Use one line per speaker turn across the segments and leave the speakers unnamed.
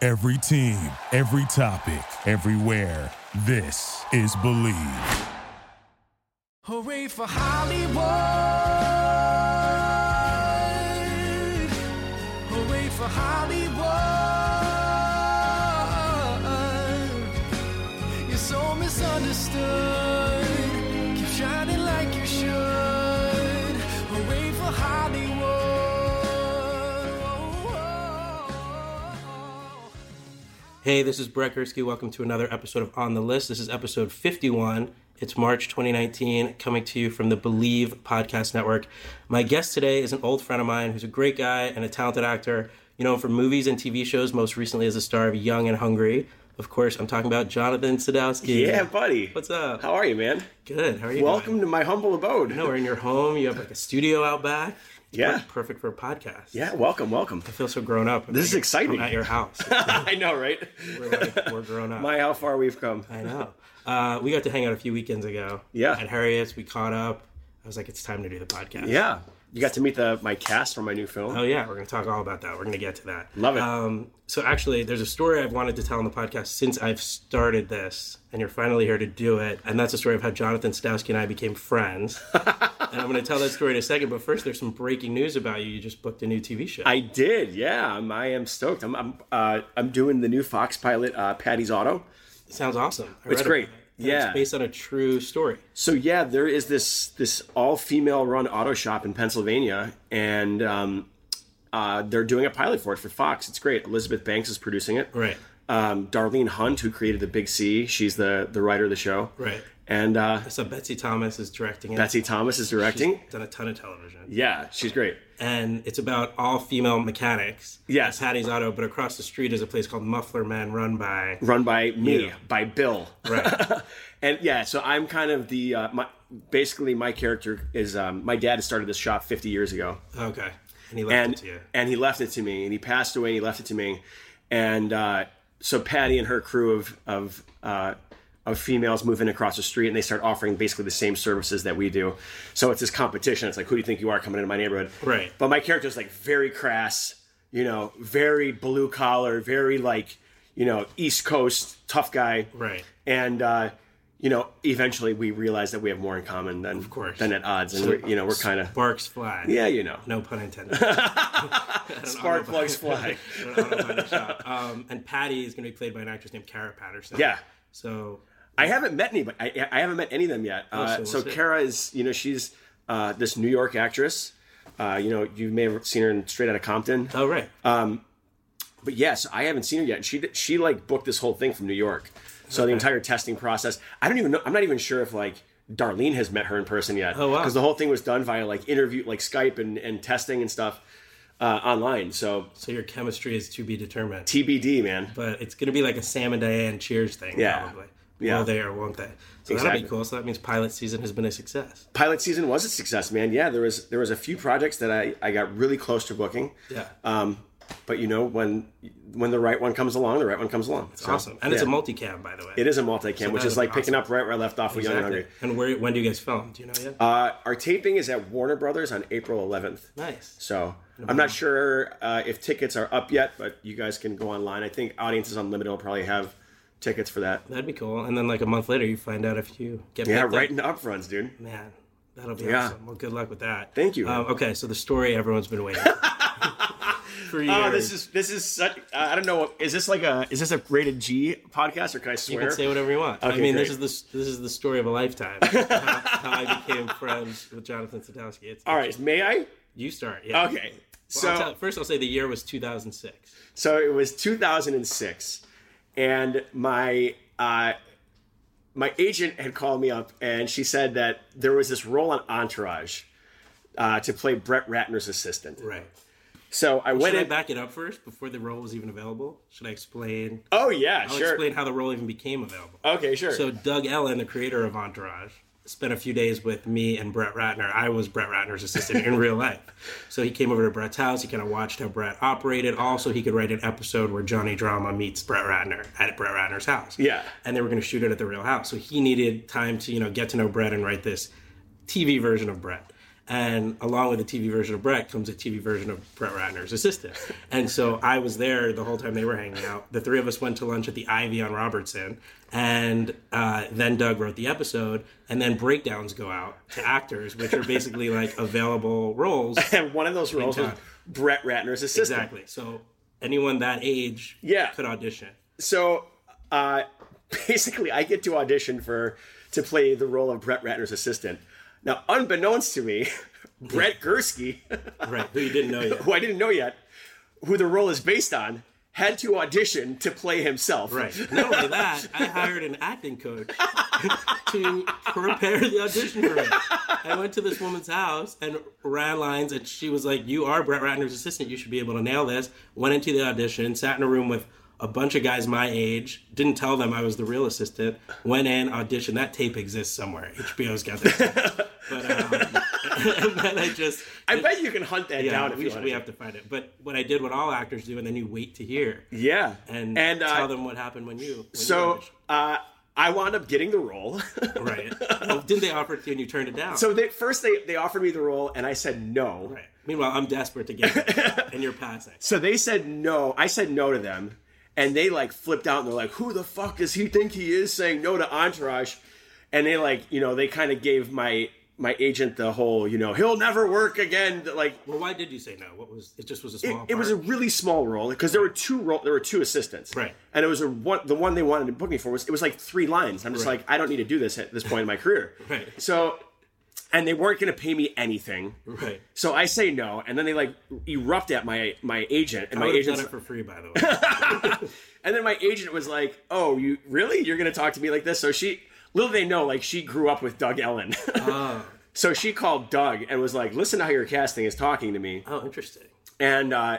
Every team, every topic, everywhere. This is Believe.
Hooray for Hollywood! Hooray for Hollywood! You're so misunderstood. Keep shining like you should. Hooray for Hollywood!
Hey, this is Brett Gursky. Welcome to another episode of On the List. This is episode 51. It's March 2019, coming to you from the Believe Podcast Network. My guest today is an old friend of mine who's a great guy and a talented actor. You know, him from movies and TV shows, most recently as the star of Young and Hungry. Of course, I'm talking about Jonathan Sadowski.
Yeah, buddy.
What's up?
How are you, man?
Good. How are you?
Welcome to my humble abode.
No, we're in your home. You have like a studio out back.
Yeah.
Perfect for a podcast.
Yeah, welcome, welcome.
I feel so grown up.
This is exciting.
I'm at your house.
I know, right?
we're like, we're grown up.
My, how far we've come.
I know. Uh, we got to hang out a few weekends ago.
Yeah.
At Harriet's, we caught up. I was like, it's time to do the podcast.
Yeah. You got to meet the my cast from my new film.
Oh yeah, we're gonna talk all about that. We're gonna get to that.
Love it.
Um, so actually, there's a story I've wanted to tell on the podcast since I've started this, and you're finally here to do it. And that's the story of how Jonathan Stowski and I became friends. and I'm gonna tell that story in a second. But first, there's some breaking news about you. You just booked a new TV show.
I did, yeah. I'm, I am stoked. I'm I'm, uh, I'm doing the new Fox pilot, uh, Patty's Auto.
it sounds awesome. I
It's
read
great.
about it. And
Yeah.
It's based on a true story.
So yeah, there is this this all female run auto shop in Pennsylvania, and um, uh, they're doing a pilot for it for Fox. It's great. Elizabeth Banks is producing it.
Right.
Um, Darlene Hunt, who created The Big C, she's the the writer of the show.
Right.
And uh,
So Betsy Thomas is directing it.
Betsy Thomas is directing.
Done a ton of television.
Yeah, she's great.
and it's about all female mechanics.
Yes.
Patty's Auto, but across the street is a place called Muffler Man run by.
Run by me,
Yeah.
by Bill.
Right.
and yeah, so I'm kind of the uh, my basically my character is um, my dad started this shop 50 years ago,
okay. And he left
and
it to you.
and he left it to me, and he passed away, and he left it to me, and uh, so Patty and her crew of of uh, of females move in across the street, and they start offering basically the same services that we do. So it's this competition. It's like, who do you think you are coming into my neighborhood?
Right.
But my character is like very crass, you know, very blue collar, very like, you know, East Coast tough guy.
Right.
And uh, you know, eventually we realize that we have more in common than of
course.
than at odds, and we're, you know, we're kind of
Barks fly.
yeah, you know,
No pun intended. I don't know
spark
about-
plugs fly.
I don't know about the shop. um, and Patty is going to be played by an actress named Kara Patterson.
Yeah.
So
I haven't met anybody. I, I haven't met any of them yet. Uh,
Oh, so
so
we'll see.
Kara is, you know, she's uh, this New York actress. Uh, you know, you may have seen her in Straight Outta Compton.
oh right.
Uh, but yes, I haven't seen her yet. And she she like booked this whole thing from New York, so the entire testing process. I don't even know. I'm not even sure if like Darlene has met her in person yet.
Oh, wow.
Because the whole thing was done via like interview, like Skype and and testing and stuff uh, online. So
so your chemistry is to be determined.
TBD, man.
but it's going to be like a Sam and Diane Cheers thing.
Yeah.
Probably.
Yeah.
Will they or won't they? So that'll
Exactly.
be cool. So that means pilot season has been a success.
Pilot season was a success, man. Yeah, there was there was a few projects that I I got really close to booking.
Yeah.
Um, but you know when when the right one comes along, the right one comes along. It's
awesome. And it's a multicam, by the way.
It is a multicam, which
that'd
is
be
like picking
awesome.
up right where I left off with Young and
Exactly.
Hungry.
And where when do you guys film? Do you know yet?
Uh, our taping is at Warner Brothers on April 11th.
nice.
So I'm not sure uh, if tickets are up yet, but you guys can go online. I think Audiences Unlimited will probably have tickets for that.
That'd be cool. And then like a month later, you find out if you get
Yeah,
picked
right
Up.
in the upfronts, dude.
Man, that'll be
Yeah.
awesome. Well, good luck with that.
Thank you.
Um, okay, so the story everyone's been waiting for years.
Oh, this is this is such, I don't know. Is this like a is this a rated G podcast or can I
you
swear?
can say whatever you want. I
Okay,
mean,
great.
this is the this is the story of a lifetime. how, how I became friends with Jonathan Sadowski. It's
All right, may I?
You start. Yeah.
Okay.
So
So
I'll tell, first, I'll say the year was 2006.
So it was 2006, and my uh, my agent had called me up, and she said that there was this role on Entourage uh, to play Brett Ratner's assistant.
Right.
So I
Should
went
I
in.
back it up first before the role was even available? Should I explain?
oh yeah,
I'll
sure.
explain how the role even became available.
Okay, sure.
So Doug Ellen, the creator of Entourage, spent a few days with me and Brett Ratner. I was Brett Ratner's assistant in real life. So he came over to Brett's house. He kind of watched how Brett operated. Also, he could write an episode where Johnny Drama meets Brett Ratner at Brett Ratner's house.
Yeah.
And they were going to shoot it at the real house. So he needed time to, you know, get to know Brett and write this TV version of Brett. And along with the TV version of Brett comes a TV version of Brett Ratner's assistant. And so I was there the whole time they were hanging out. The three of us went to lunch at the Ivy on Robertson. And uh, then Doug wrote the episode. And then breakdowns go out to actors, which are basically like available roles.
And one of those roles was
time.
Brett Ratner's assistant.
Exactly. So anyone that age
Yeah.
could audition.
So uh, basically, I get to audition for to play the role of Brett Ratner's assistant. Now, unbeknownst to me, Brett Gursky,
Right. Who you didn't know yet.
who I didn't know yet, who the role is based on, had to audition to play himself.
Right. Not only that, I hired an acting coach to prepare the audition for it. I went to this woman's house and ran lines, and she was like, "You are Brett Ratner's assistant. You should be able to nail this." Went into the audition, sat in a room with a bunch of guys my age. Didn't tell them I was the real assistant. Went in, auditioned. That tape exists somewhere. HBO's got that. tape. but um, and then I just
I bet you can hunt that
yeah,
down if
we,
you
should-
want
we
to.
have to find it. But what I did, what all actors do, and then you wait to hear
yeah.
and,
and uh,
tell them what happened when you. When
so
you
uh, I wound up getting the role.
auditioned. right? Well, didn't they offer it to you and you turned it down?
so they, first they, they offered me the role, and I said no.
right. Meanwhile, I'm desperate to get it, and you're passing.
So they said no. I said no to them, and they like flipped out and they're like, "Who the fuck does he think he is saying no to Entourage?" And they like, you know, they kind of gave my my agent the whole, you know, he'll never work again. Like
Well, why did you say no? What was it? Just was a
it,
small.
it was a
part?
really small role because there were two role, there were two assistants,
Right.
And it was a one the one they wanted to book me for was it was like three lines. I'm just
Right.
like, I don't need to do this at this point in my career,
Right.
So, and they weren't going to pay me anything.
right.
So I say no, and then they like erupt at my my agent,
I
and my
would have
agent's
done it for free, by the way.
And then my agent was like, "Oh, you really? You're gonna talk to me like this?" So she, little they know, like she grew up with Doug Ellen.
Ah.
so she called Doug and was like, "Listen to how your casting is talking to me."
oh, interesting.
And uh,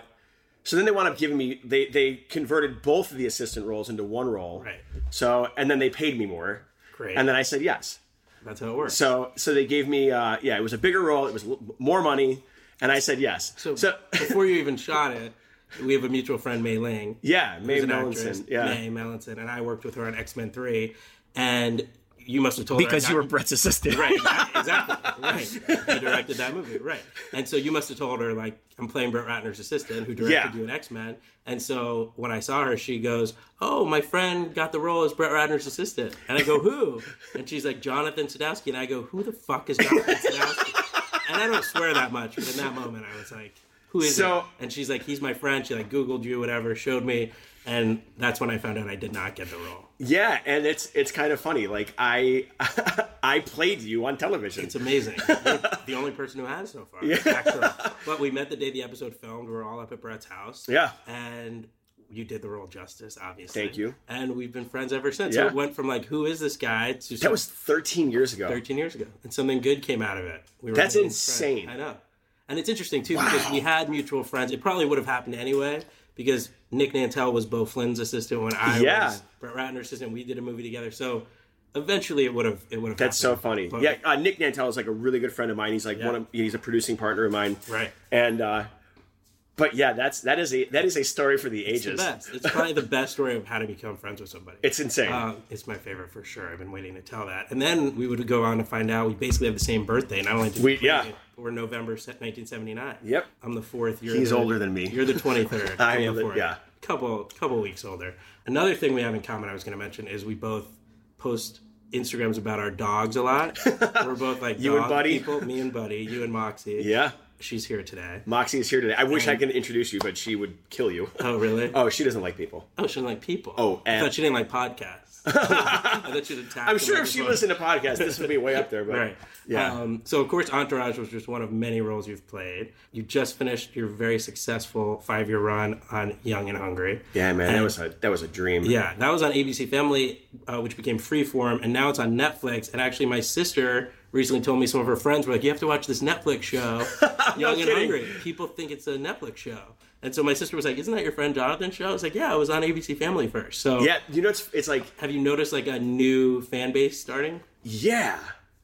so then they wound up giving me they they converted both of the assistant roles into one role.
Right.
So and then they paid me more.
Great.
And then I said yes.
That's how it works.
So so they gave me uh, yeah, it was a bigger role, it was l- more money, and I said yes.
So, before you even shot it, we have a mutual friend, Mei Ling.
yeah, Mae
who's an actress,
Melanson. Yeah.
Mae Melanson, and I worked with her on X Men Three, and you must have told her I
Because
got-
you were Brett's assistant.
Right, exactly. Right. You directed that movie. Right. And so you must have told her, like, I'm playing Brett Ratner's assistant who directed
Yeah.
you in X Men. And so when I saw her, she goes, Oh, my friend got the role as Brett Ratner's assistant. And I go, Who? And she's like, Jonathan Sadowski. And I go, Who the fuck is Jonathan Sadowski? And I don't swear that much, but in that moment, I was like, Who is
So-
it? And she's like, He's my friend. She like Googled you, whatever, showed me. And that's when I found out I did not get the role.
Yeah, and it's it's kind of funny. Like I I played you on television.
It's amazing. You're the only person who has so far. Actually. But we met the day the episode filmed. We were all up at Brett's house.
Yeah.
And you did the role justice, obviously.
Thank you.
And we've been friends ever since. So
Yeah.
it went from like, who is this guy to
that was 13 years ago.
13 years ago. And something good came out of it. We were
That's
really friends.
insane.
I know. And it's interesting, too, because we had mutual friends. It probably would have happened anyway because Nick Nantel was Bo Flynn's assistant when I
Yeah.
was Brett Ratner's assistant. We did a movie together. So. Eventually, it would have. It would have.
That's so funny.
But-
yeah, uh, Nick Nantel is like a really good friend of mine. He's like one of he's a producing partner of mine.
Right.
And uh but yeah, that's that is a that is a story for the ages.
It's the best. It's probably the best story of how to become friends with somebody.
It's insane.
um, it's my favorite for sure. I've been waiting to tell that. And then we would go on to find out we basically have the same birthday. Not only did
We- yeah.
we're November se- 1979.
Yep.
I'm the fourth. You're
He's
the-
older than me.
You're the 23rd.
I
I'm
am the-
fourth.
yeah.
Couple couple weeks older. Another thing we have in common I was going to mention is we both post Instagrams about our dogs a lot. we're both like
You and
dog
Buddy?
people. Me and Buddy. You and Moxie.
yeah.
She's here today.
Moxie is here today. I wish I could introduce you, but she would kill you.
Oh really?
Oh, she doesn't like people.
Oh, she didn't like people.
Oh,
I
and-
thought she didn't like podcasts. I thought she'd attack.
I'm
them
sure
like
if
this
she
one.
listened to podcasts, this would be way up there, but
Right.
yeah.
Um, so, of course, Entourage was just one of many roles you've played. You just finished your very successful five year run on Young and Hungry.
yeah, man, that
And-
was a that was a dream.
Yeah, that was on ABC Family, uh, which became Freeform, and now it's on Netflix. And actually, my sister recently told me some of her friends were like, "You have to watch this Netflix show, Young and
kidding.
Hungry." People think it's a Netflix show, and so my sister was like, "Isn't that your friend Jonathan's show?" I was like, "Yeah, it was on ABC Family first. So,
Yeah, you know it's it's like
have you noticed like a new fan base starting?
Yeah.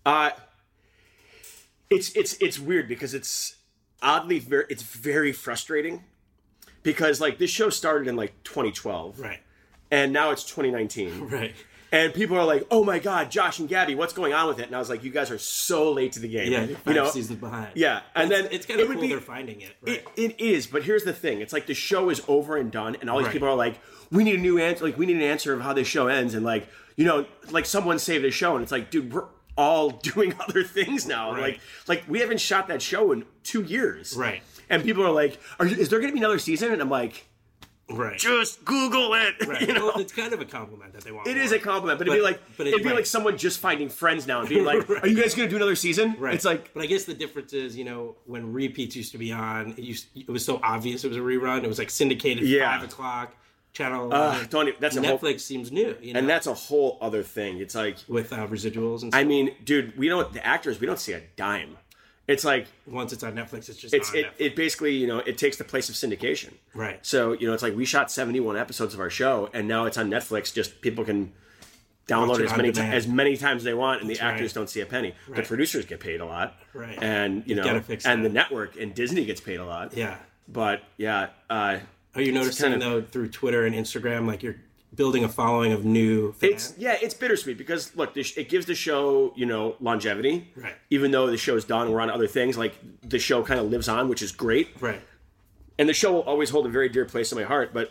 Uh it's it's it's weird because it's oddly very it's very frustrating because like this show started in like 2012
Right,
and now it's 2019
right.
And people are like, "Oh my God, Josh and Gabby, what's going on with it?" And I was like, "You guys are so late to the game."
Yeah,
you
five
know,
seasons behind.
yeah. And then
it's kind of
it would
cool
be-
they're finding it. Right?
it, it is, but here's the thing: it's like the show is over and done, and all these
Right.
people are like, "We need a new answer. Like, we need an answer of how this show ends." And like, you know, like someone saved the show, and it's like, dude, we're all doing other things now.
Right.
Like, like we haven't shot that show in two years,
Right.
And people are like, are you, "Is there going to be another season?" And I'm like,
right.
"Just Google it."
right.
You know?
well, it's kind of a compliment that they want.
It is
more.
a compliment, but it'd
But-
be like
but it-
it, would be
right.
like someone just finding friends now and being like,
Right.
"Are you guys going to do another season?"
Right.
It's like
but I guess the difference is, you know, when repeats used to be on, it used it was so obvious it was a rerun. It was like syndicated
Yeah.
five o'clock channel.
Ugh, don't even- that's a whole-
Netflix seems new, you know,
and that's a whole other thing. It's like
with uh, residuals and stuff.
I mean, dude, we don't the actors we don't see a dime. It's like
once it's on Netflix, it's just
it's
on
it,
Netflix.
it basically you know it takes the place of syndication.
Right.
So you know it's like we shot seventy one episodes of our show and now it's on Netflix. Just people can download
Watch
it
it
as
on
many
demand.
times as many times they want, and the
right.
actors don't see a penny. The
Right.
producers get paid a lot.
Right.
And you know
gotta fix
and
that.
the network and Disney gets paid a lot.
yeah.
But yeah. Uh,
Are you noticing
kind of-
though through Twitter and Instagram, like you're building a following of new fans?
It's yeah, it's bittersweet because look, this, it gives the show you know longevity.
Right.
Even though the show's done, we're on other things. Like the show kind of lives on, which is great.
right.
And the show will always hold a very dear place in my heart. But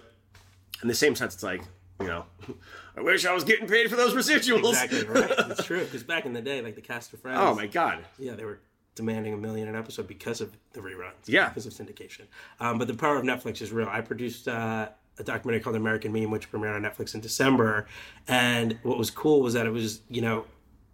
in the same sense, it's like you know, I wish I was getting paid for those residuals.
Exactly right. It's true because back in the day, like the cast of Friends.
Oh my god.
Yeah, they were demanding a million an episode because of the reruns.
Yeah.
because of syndication. Um, but the power of Netflix is real. I produced uh, a documentary called American Meme, which premiered on Netflix in December. And what was cool was that it was, you know,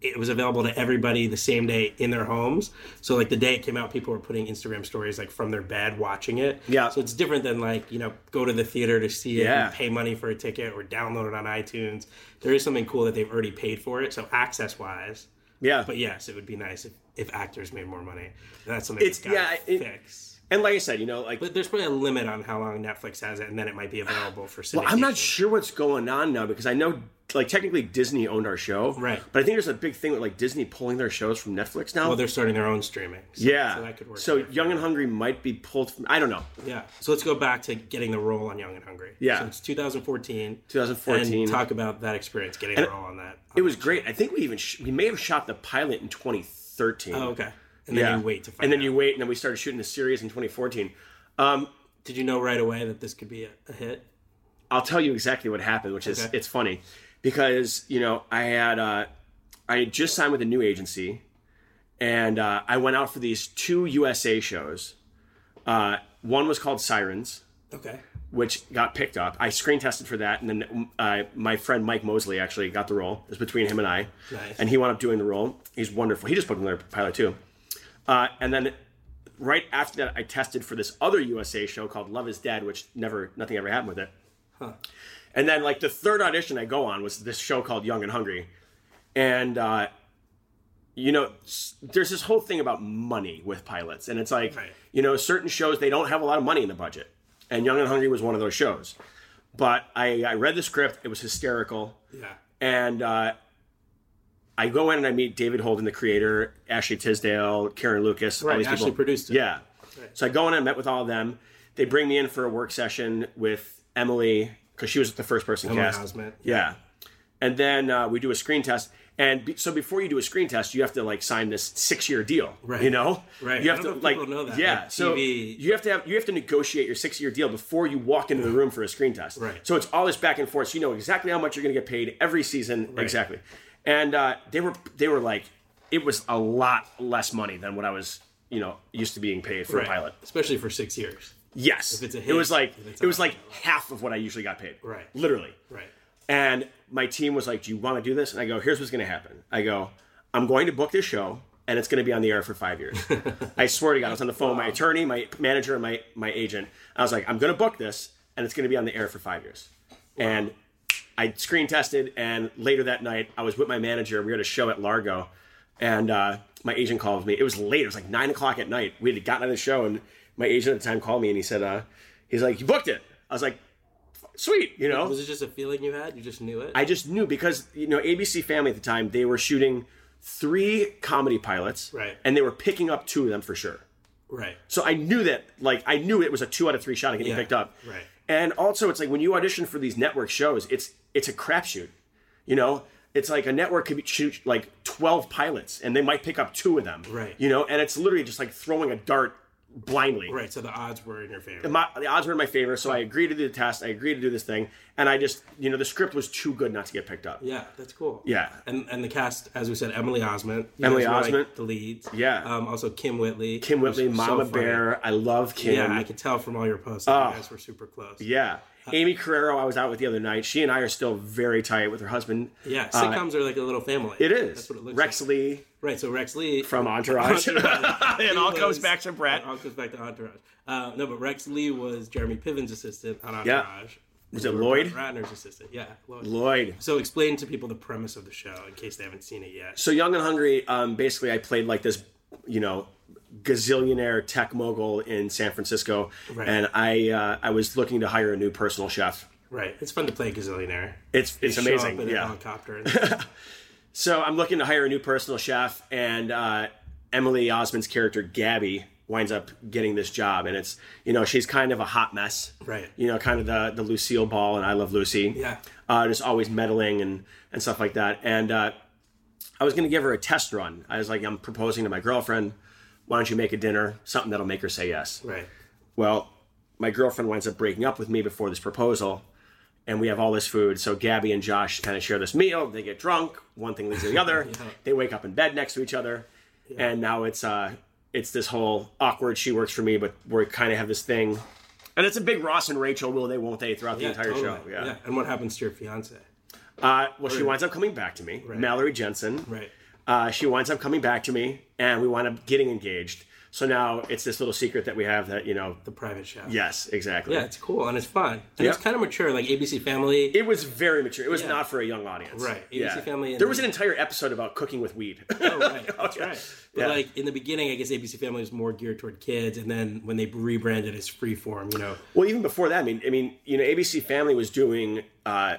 it was available to everybody the same day in their homes. So like the day it came out, people were putting Instagram stories like from their bed watching it.
Yeah.
So it's different than like you know go to the theater to see it
Yeah.
and pay money for a ticket or download it on iTunes. There is something cool that they've already paid for it. So access wise,
Yeah.
but yes, it would be nice if, if actors made more money. That's something
It's-
it's got to
yeah, it-
fix.
and like I said, you know, like
But there's probably a limit on how long Netflix has it, and then it might be available for syndication.
Well, I'm not sure what's going on now because I know, like, technically Disney owned our show,
Right.
But I think there's a big thing with like Disney pulling their shows from Netflix now.
Well, they're starting their own streaming. So,
yeah,
so that could work.
So
out.
Young and Hungry might be pulled from. I don't know.
yeah. So let's go back to getting the role on Young and Hungry.
Yeah.
So it's 2014.
2014.
And talk about that experience getting the role on that.
It was great. I think we even sh- we may have shot the pilot in 2013.
Oh, okay. And then
yeah.
you wait to find.
and then
out.
you wait, and then we started shooting the series in 2014. Um,
Did you know right away that this could be a, a hit?
I'll tell you exactly what happened, which is
Okay.
it's funny because you know I had uh, I had just signed with a new agency, and uh, I went out for these two USA shows. Uh, one was called Sirens,
Okay.
which got picked up. I screen tested for that, and then uh, my friend Mike Mosley actually got the role. It was between him and I,
Nice.
and he wound up doing the role. He's wonderful. He just booked another pilot too. Uh, and then right after that, I tested for this other USA show called Love Is Dead, which never nothing ever happened with it. And then like the third audition I go on was this show called Young and Hungry, and uh, you know s- there's this whole thing about money with pilots, and it's like
Right.
you know certain shows they don't have a lot of money in the budget, and Young and Hungry was one of those shows. But I, I read the script; it was hysterical,
Yeah.
and uh, I go in and I meet David Holden, the creator, Ashley Tisdale, Karen Lucas, all
Right.
these
Ashley
people.
produced it.
Yeah. So I go in and I met with all of them. They bring me in for a work session with Emily because she was the first person
Emily
cast.
Hausman.
Yeah. And then uh, we do a screen test. And be, so before you do a screen test, you have to like sign this six-year deal,
Right.
you know?
Right.
You
I
have
don't know
to
if
like,
people know that,
yeah.
like,
so
TV.
you have to have you have to negotiate your six-year deal before you walk into the room for a screen test.
Right.
So it's all this back and forth. So you know exactly how much you're going to get paid every season, exactly. And uh, they were they were like, it was a lot less money than what I was, you know, used to being paid for
Right.
a pilot.
especially for six years.
Yes.
it's a
it
hit,
was like
if it's
it was
on.
like half of what I usually got paid.
Right.
Literally.
Right.
And my team was like, Do you want to do this? And I go, Here's what's going to happen. I go, I'm going to book this show and it's going to be on the air for five years. I swear to God, I was on the phone with my attorney, my manager, and my, my agent. I was like, I'm going to book this and it's going to be on the air for five years. And I screen tested. And later that night, I was with my manager. We had a show at Largo. And uh, my agent called me. It was late. It was like nine o'clock at night. We had gotten out of the show. And my agent at the time called me and he said, uh, He's like, You booked it. I was like, Sweet, you know.
Was it just a feeling you had? You just knew it.
I just knew because you know ABC Family at the time they were shooting three comedy pilots,
Right.
And they were picking up two of them for sure.
right.
So I knew that, like, I knew it was a two out of three shot of getting
Yeah,
picked up.
right.
And also, it's like when you audition for these network shows, it's it's a crapshoot. You know, it's like a network could be- shoot like 12 pilots and they might pick up two of them.
Right.
You know, and it's literally just like throwing a dart blindly.
Right, so the odds were in your favor.
And my, the odds were in my favor, so I agreed to do the test. I agreed to do this thing, and I just, you know, the script was too good not to get picked up.
yeah, that's cool.
Yeah.
and and the cast, as we said, Emily Osment, You
Emily
guys were, like,
Osment.
the leads.
Yeah.
um, also Kim Whitley,
Kim Whitley,
who's so
Mama
funny.
Bear, I love Kim.
Yeah, Uh, I could tell from all your posts that you guys were super close.
Yeah. Amy Carrero, I was out with the other night. She and I are still very tight with her husband.
Yeah, sitcoms are like a little family.
Uh, It is.
That's what it looks
Rex
like.
Lee
Right, so Rex Lee
from Entourage.
it
all goes back to Brett.
It all goes back to Entourage. Uh, no, but Rex Lee was Jeremy Piven's assistant on Entourage.
Yeah. Was it Lloyd?
Brett Ratner's assistant. Yeah, Lloyd.
Lloyd.
So explain to people the premise of the show in case they haven't seen it yet.
So Young and Hungry, um, basically, I played like this, you know, gazillionaire tech mogul in San Francisco,
Right.
and I uh, I was looking to hire a new personal chef.
Right, it's fun to play gazillionaire.
It's it's
Show
amazing.
up in a
Yeah.
helicopter. And
So I'm looking to hire a new personal chef, and uh, Emily Osmond's character Gabby winds up getting this job, and it's you know she's kind of a hot mess,
Right.
You know, kind of the the Lucille Ball and I Love Lucy,
Yeah.
uh, just always meddling and and stuff like that. And uh, I was going to give her a test run. I was like, I'm proposing to my girlfriend. Why don't you make a dinner, something that'll make her say yes?
right.
Well, my girlfriend winds up breaking up with me before this proposal, and we have all this food. So Gabby and Josh kind of share this meal. They get drunk. One thing leads to the other. They wake up in bed next to each other, and now it's uh, it's this whole awkward. She works for me, but we kind of have this thing, and it's a big Ross and Rachel will they won't they throughout the
Yeah,
entire show.
totally.
Yeah.
And what happens to your fiance?
Uh, well, she winds up coming back to me, Mallory Jensen.
Right.
Uh, she winds up coming back to me, and we wind up getting engaged. So now it's this little secret that we have that you know.
The private chef.
Yes, exactly.
Yeah, it's cool and it's fun. And
Yeah.
it's kind of mature, like ABC Family.
It was very mature. It was
Yeah.
not for a young audience.
Right. ABC
Yeah.
Family and-
there was an entire episode about cooking with weed.
Oh, right. That's right. But
Yeah.
like in the beginning, I guess ABC Family was more geared toward kids, and then when they rebranded as Freeform, you know,
well, even before that, I mean, I mean, you know, ABC Family was doing. Uh,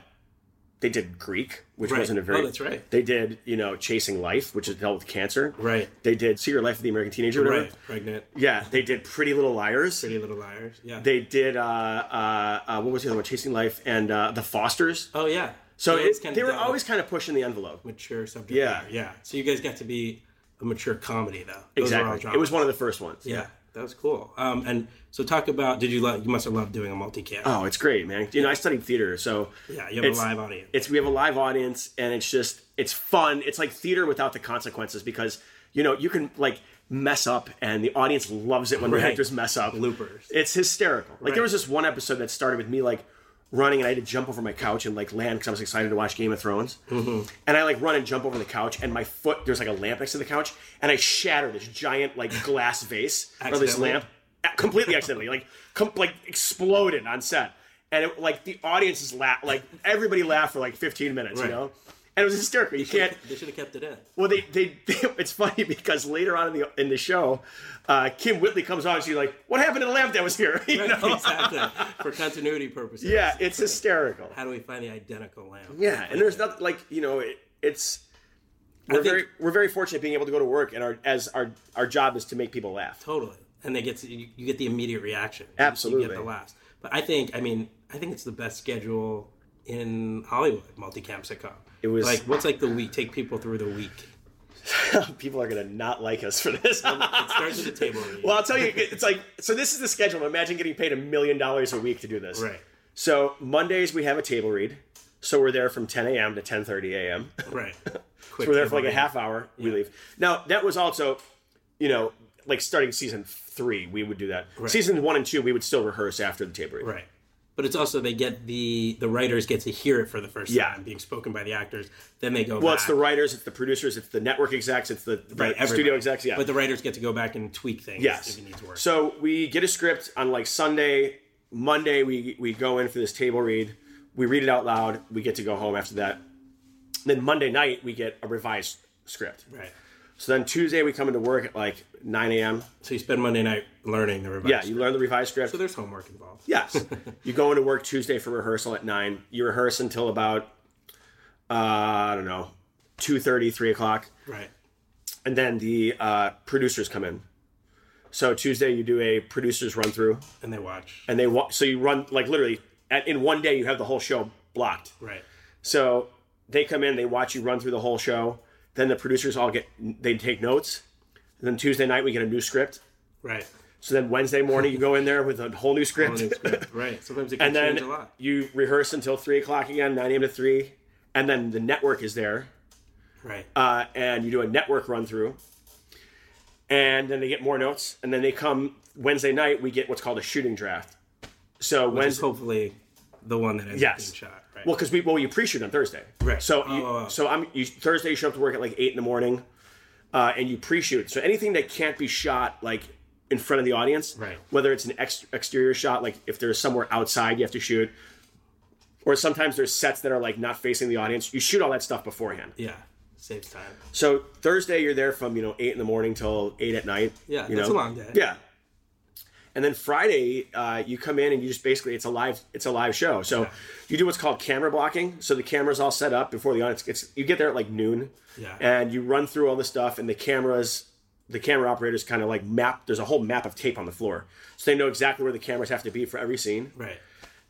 they did Greek, which
Right.
wasn't a very.
Oh, that's right.
They did, you know, Chasing Life, which is dealt with cancer.
Right.
They did See Your Life of the American Teenager. whatever.
right, pregnant,
Yeah. They did Pretty Little Liars.
Pretty Little Liars, yeah.
They did uh, uh, uh, what was the other one? Chasing Life and uh, the Fosters.
oh yeah.
So
They
it-
always kinda
they were
dealt with
always kind of pushing the envelope.
mature subject.
Yeah.
matter, yeah. So you guys got to be a mature comedy though. Those were all
Exactly. It
dramas.
was one of the first ones.
yeah. That was cool. Um, and so talk about did you love? You must have loved doing a multicam.
Oh, it's great, man. You know, I studied theater, so
yeah, you have
it's-
a live audience.
It's we have a live audience, and it's just it's fun. It's like theater without the consequences because you know you can like mess up, and the audience loves it when
Right.
the actors mess up.
Bloopers.
It's hysterical. Like
Right.
there was this one episode that started with me like running, and I had to jump over my couch and like land because I was excited to watch Game of Thrones. Mm-hmm. And I like run and jump over the couch, and my foot there's like a lamp next to the couch, and I shatter this giant like glass vase or this
Accidentally?
lamp a- completely accidentally, like com- like exploded on set, and it, like the audience is laugh, like everybody laughed for like 15 minutes,
Right.
you know, and it was hysterical. You can't.
they should have kept it in.
Well, they, they it's funny because later on in the in the show, uh, Kim Whitley comes on and she's like, "What happened to the lamp that was here?" You know?
exactly for continuity purposes.
Yeah, it's hysterical.
How do we find the identical lamb?
Yeah, and there's nothing like you know it, it's. We're
think-
very we're very fortunate being able to go to work and our as our our job is to make people laugh.
Totally, and they get to, you, you get the immediate reaction. You- you
Absolutely.
get the laughs. But I think, I mean, I think it's the best schedule in Hollywood multicam sitcom. It
was-
like what's like the week? Take people through the week.
People are gonna not like us for this.
It starts at the table. read.
Well, I'll tell you, it's like so. This is the schedule. Imagine getting paid a million dollars a week to do this.
Right.
So Mondays we have a table read, so we're there from 10 a.m. to 10:30 a.m. So
right. Quick
we're there for like a
table
half hour. We leave. Now that was also, you know, like starting season three, we would do that. Seasons one and two, we would still rehearse after the table read.
read. Right. But it's also they get the the writers get to hear it for the first
Yeah.
time, being spoken by the actors. Then they go. back.
Well, it's the writers, it's the producers, it's the network execs, it's the, the
everybody.
studio execs. Yeah.
But the writers get to go back and tweak things.
Yes.
If it needs work.
So we get a script on like Sunday, Monday we we go in for this table read. We read it out loud. We get to go home after that. Then Monday night we get a revised script.
right.
So then Tuesday we come into work at like 9 a.m.
So you spend Monday night learning the revised.
Yeah, you learn the revised script.
So there's homework involved.
yes, you go into work Tuesday for rehearsal at nine. You rehearse until about uh, I don't know 2:30, 3 o'clock.
Right.
and then the uh, producers come in. So Tuesday you do a producers run through,
And they watch.
and they wa- so you run like literally at, in one day you have the whole show blocked.
Right.
So they come in, they watch you run through the whole show. Then the producers all get they take notes. And then Tuesday night we get a new script.
Right.
So then Wednesday morning you go in there with a whole new script,
Well, it's good. Right. Sometimes it can
and then
change a lot.
you rehearse until three o'clock again, nine a.m. to three, and then the network is there,
Right.
uh, and you do a network run through, and then they get more notes, and then they come Wednesday night. We get what's called a shooting draft. So
Which is
Wednesday,
hopefully the one that ends up
Yes.
being shot. Right.
Well, because we well you pre-shoot on Thursday,
Right.
So
Oh,
you,
oh, oh.
so I'm you, Thursday. You show up to work at like eight in the morning, uh, and you pre-shoot. So anything that can't be shot like in front of the audience,
Right.
Whether it's an ex- exterior shot, like if there's somewhere outside you have to shoot, or sometimes there's sets that are like not facing the audience. You shoot all that stuff beforehand.
yeah. Saves time.
So Thursday you're there from you know eight in the morning till eight at night.
Yeah,
you
that's
know?
a long day.
Yeah. And then Friday, uh, you come in and you just basically it's a live it's a live show. So you do what's called camera blocking. So the camera's all set up before the audience gets. You get there at like noon,
Yeah.
and you run through all the stuff. And the cameras, the camera operators kind of like map. There's a whole map of tape on the floor, so they know exactly where the cameras have to be for every scene.
Right.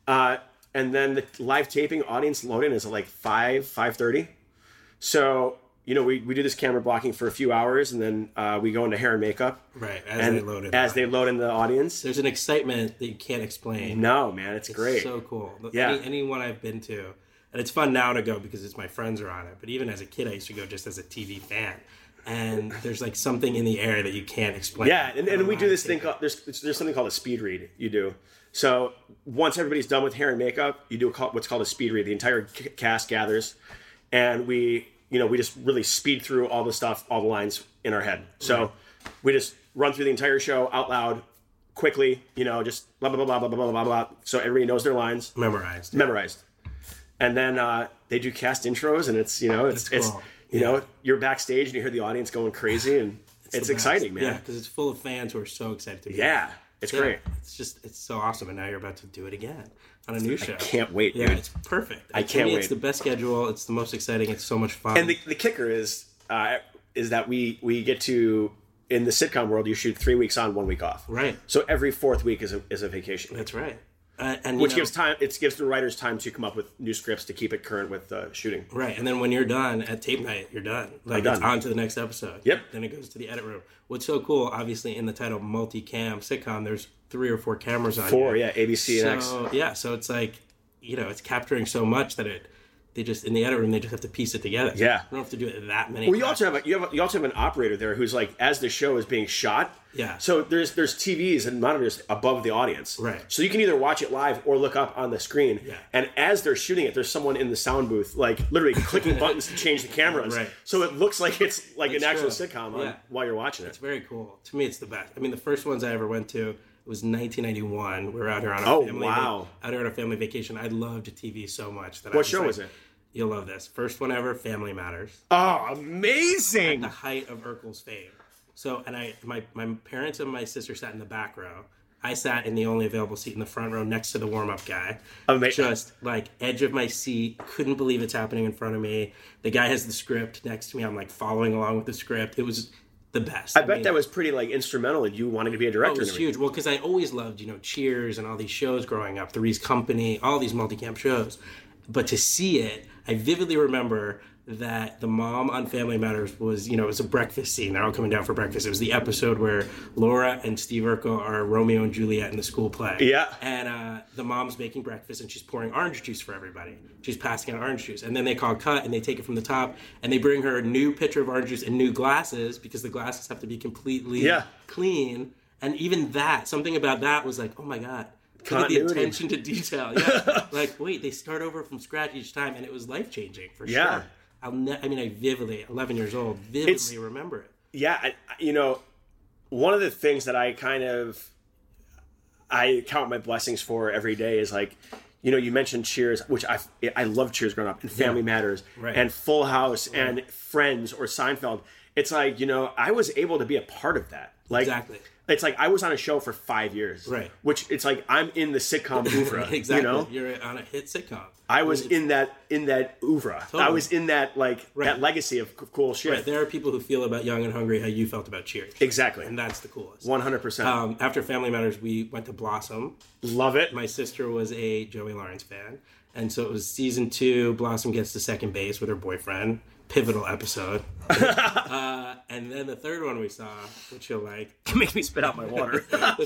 Uh, and then the live taping audience load in is at like five five thirty. So you know we, we do this camera blocking for a few hours, and then uh, we go into hair and makeup.
Right. As
and
they load it.
as
up.
they load in the audience.
There's an excitement that you can't explain.
No man, it's, great.
So cool. The-
Yeah.
Any, anyone I've been to, and it's fun now to go because it's my friends are on it. But even as a kid, I used to go just as a TV fan. And there's like something in the air that you can't explain.
yeah, and, and we do this thing called there's there's something called a speed read. You do so once everybody's done with hair and makeup, you do a, call- what's called a speed read. The entire c- cast gathers, and we you know we just really speed through all the stuff, all the lines in our head. So we just run through the entire show out loud, quickly. You know, just blah blah blah blah blah blah blah blah. So everybody knows their lines
memorized.
memorized. And then uh, they do cast intros, and it's you know it's
That's
it's
cool.
you know you're backstage and you hear the audience going crazy, and it's,
the best.
exciting, man.
Yeah, because it's full of fans who are so excited to be. there.
Yeah, it's
Yeah,
great.
It's just it's so awesome, and now you're about to do it again on a new show. I
can't wait,
Yeah,
dude.
it's perfect. I
can't
It's
wait.
the best schedule. It's the most exciting. It's so much fun.
And the, the kicker is uh, is that we we get to in the sitcom world you shoot three weeks on, one week off.
Right.
So every fourth week is a, is a vacation,
That's right. Uh, and you
which
know-
gives time. It gives the writers time to come up with new scripts to keep it current with uh, shooting.
Right, and then when you're done at tape night, you're done. Like
I'm
it's
done.
on to the next episode.
Yep.
Then it goes to the edit room. What's so cool, obviously, in the title multi-cam sitcom, there's three or four cameras on.
Four,
you.
yeah, ABC and X.
So yeah, so it's like, you know, it's capturing so much that it, they just in the edit room they just have to piece it together.
Yeah.
You don't have to do it that many.
Well, you
times.
also have a, you have a, you also have an operator there who's like as the show is being shot.
Yeah.
So there's there's TVs and monitors above the audience.
Right.
So you can either watch it live or look up on the screen.
Yeah.
And as they're shooting it, there's someone in the sound booth like literally clicking buttons to change the cameras.
Right.
So it looks like it's like
It's
an actual
true.
sitcom on,
Yeah.
while you're watching it.
It's very cool. To me, it's the best. I mean, the first ones I ever went to it was 1991. We were out here on a
Oh,
family
wow.
out here on a family vacation. I loved TV so much that I
What
was
show
like,
was it?
You'll love this. First one ever, Family Matters.
Oh, amazing!
the height of Urkel's fame. So, and I, my, my parents and my sister sat in the back row. I sat in the only available seat in the front row next to the warm up guy.
Amazing.
Just like edge of my seat, couldn't believe it's happening in front of me. The guy has the script next to me. I'm like following along with the script. It was the best.
I bet that was pretty like instrumental in you wanting to be a director.
Oh, It was
and everything.
huge. Well, because I always loved, you know, Cheers and all these shows growing up, Three's Company, all these multi-camp shows. But to see it, I vividly remember that the mom on Family Matters was, you know, it was a breakfast scene. They're all coming down for breakfast. It was the episode where Laura and Steve Urkel are Romeo and Juliet in the school play.
Yeah.
And uh, the mom's making breakfast and she's pouring orange juice for everybody. She's passing out orange juice. And then they call cut and they take it from the top and they bring her a new pitcher of orange juice and new glasses because the glasses have to be completely
Yeah.
clean. And even that, something about that was like, oh my God. Look at the
Continuity.
attention to detail. Yeah. like, wait, they start over from scratch each time and it was life changing for
Yeah.
sure. I'll ne- I mean, I vividly, 11 years old, vividly
It's-
remember it.
yeah I, I- you know one of the things that i kind of i count my blessings for every day is like you know you mentioned cheers which i i love cheers growing up and family matters
Right.
and full house and friends or seinfeld it's like you know i was able to be a part of that like
Exactly.
it's like i was on a show for five years
Right.
which it's like i'm in the sitcom oeuvre
exactly.
you know
You're on a hit sitcom.
i was in that in that oeuvre i
Totally.
was in that like
Right.
that legacy of c- cool shit
Right, there are people who feel about Young and Hungry how you felt about Cheers.
exactly
And that's the coolest.
100%
Um, after Family Matters, we went to Blossom.
love it
My sister was a Joey Lawrence fan, And so it was season two. Blossom gets to second base with her boyfriend. Pivotal episode. uh, and then the third one we saw, which you'll like,
Make me spit out my water.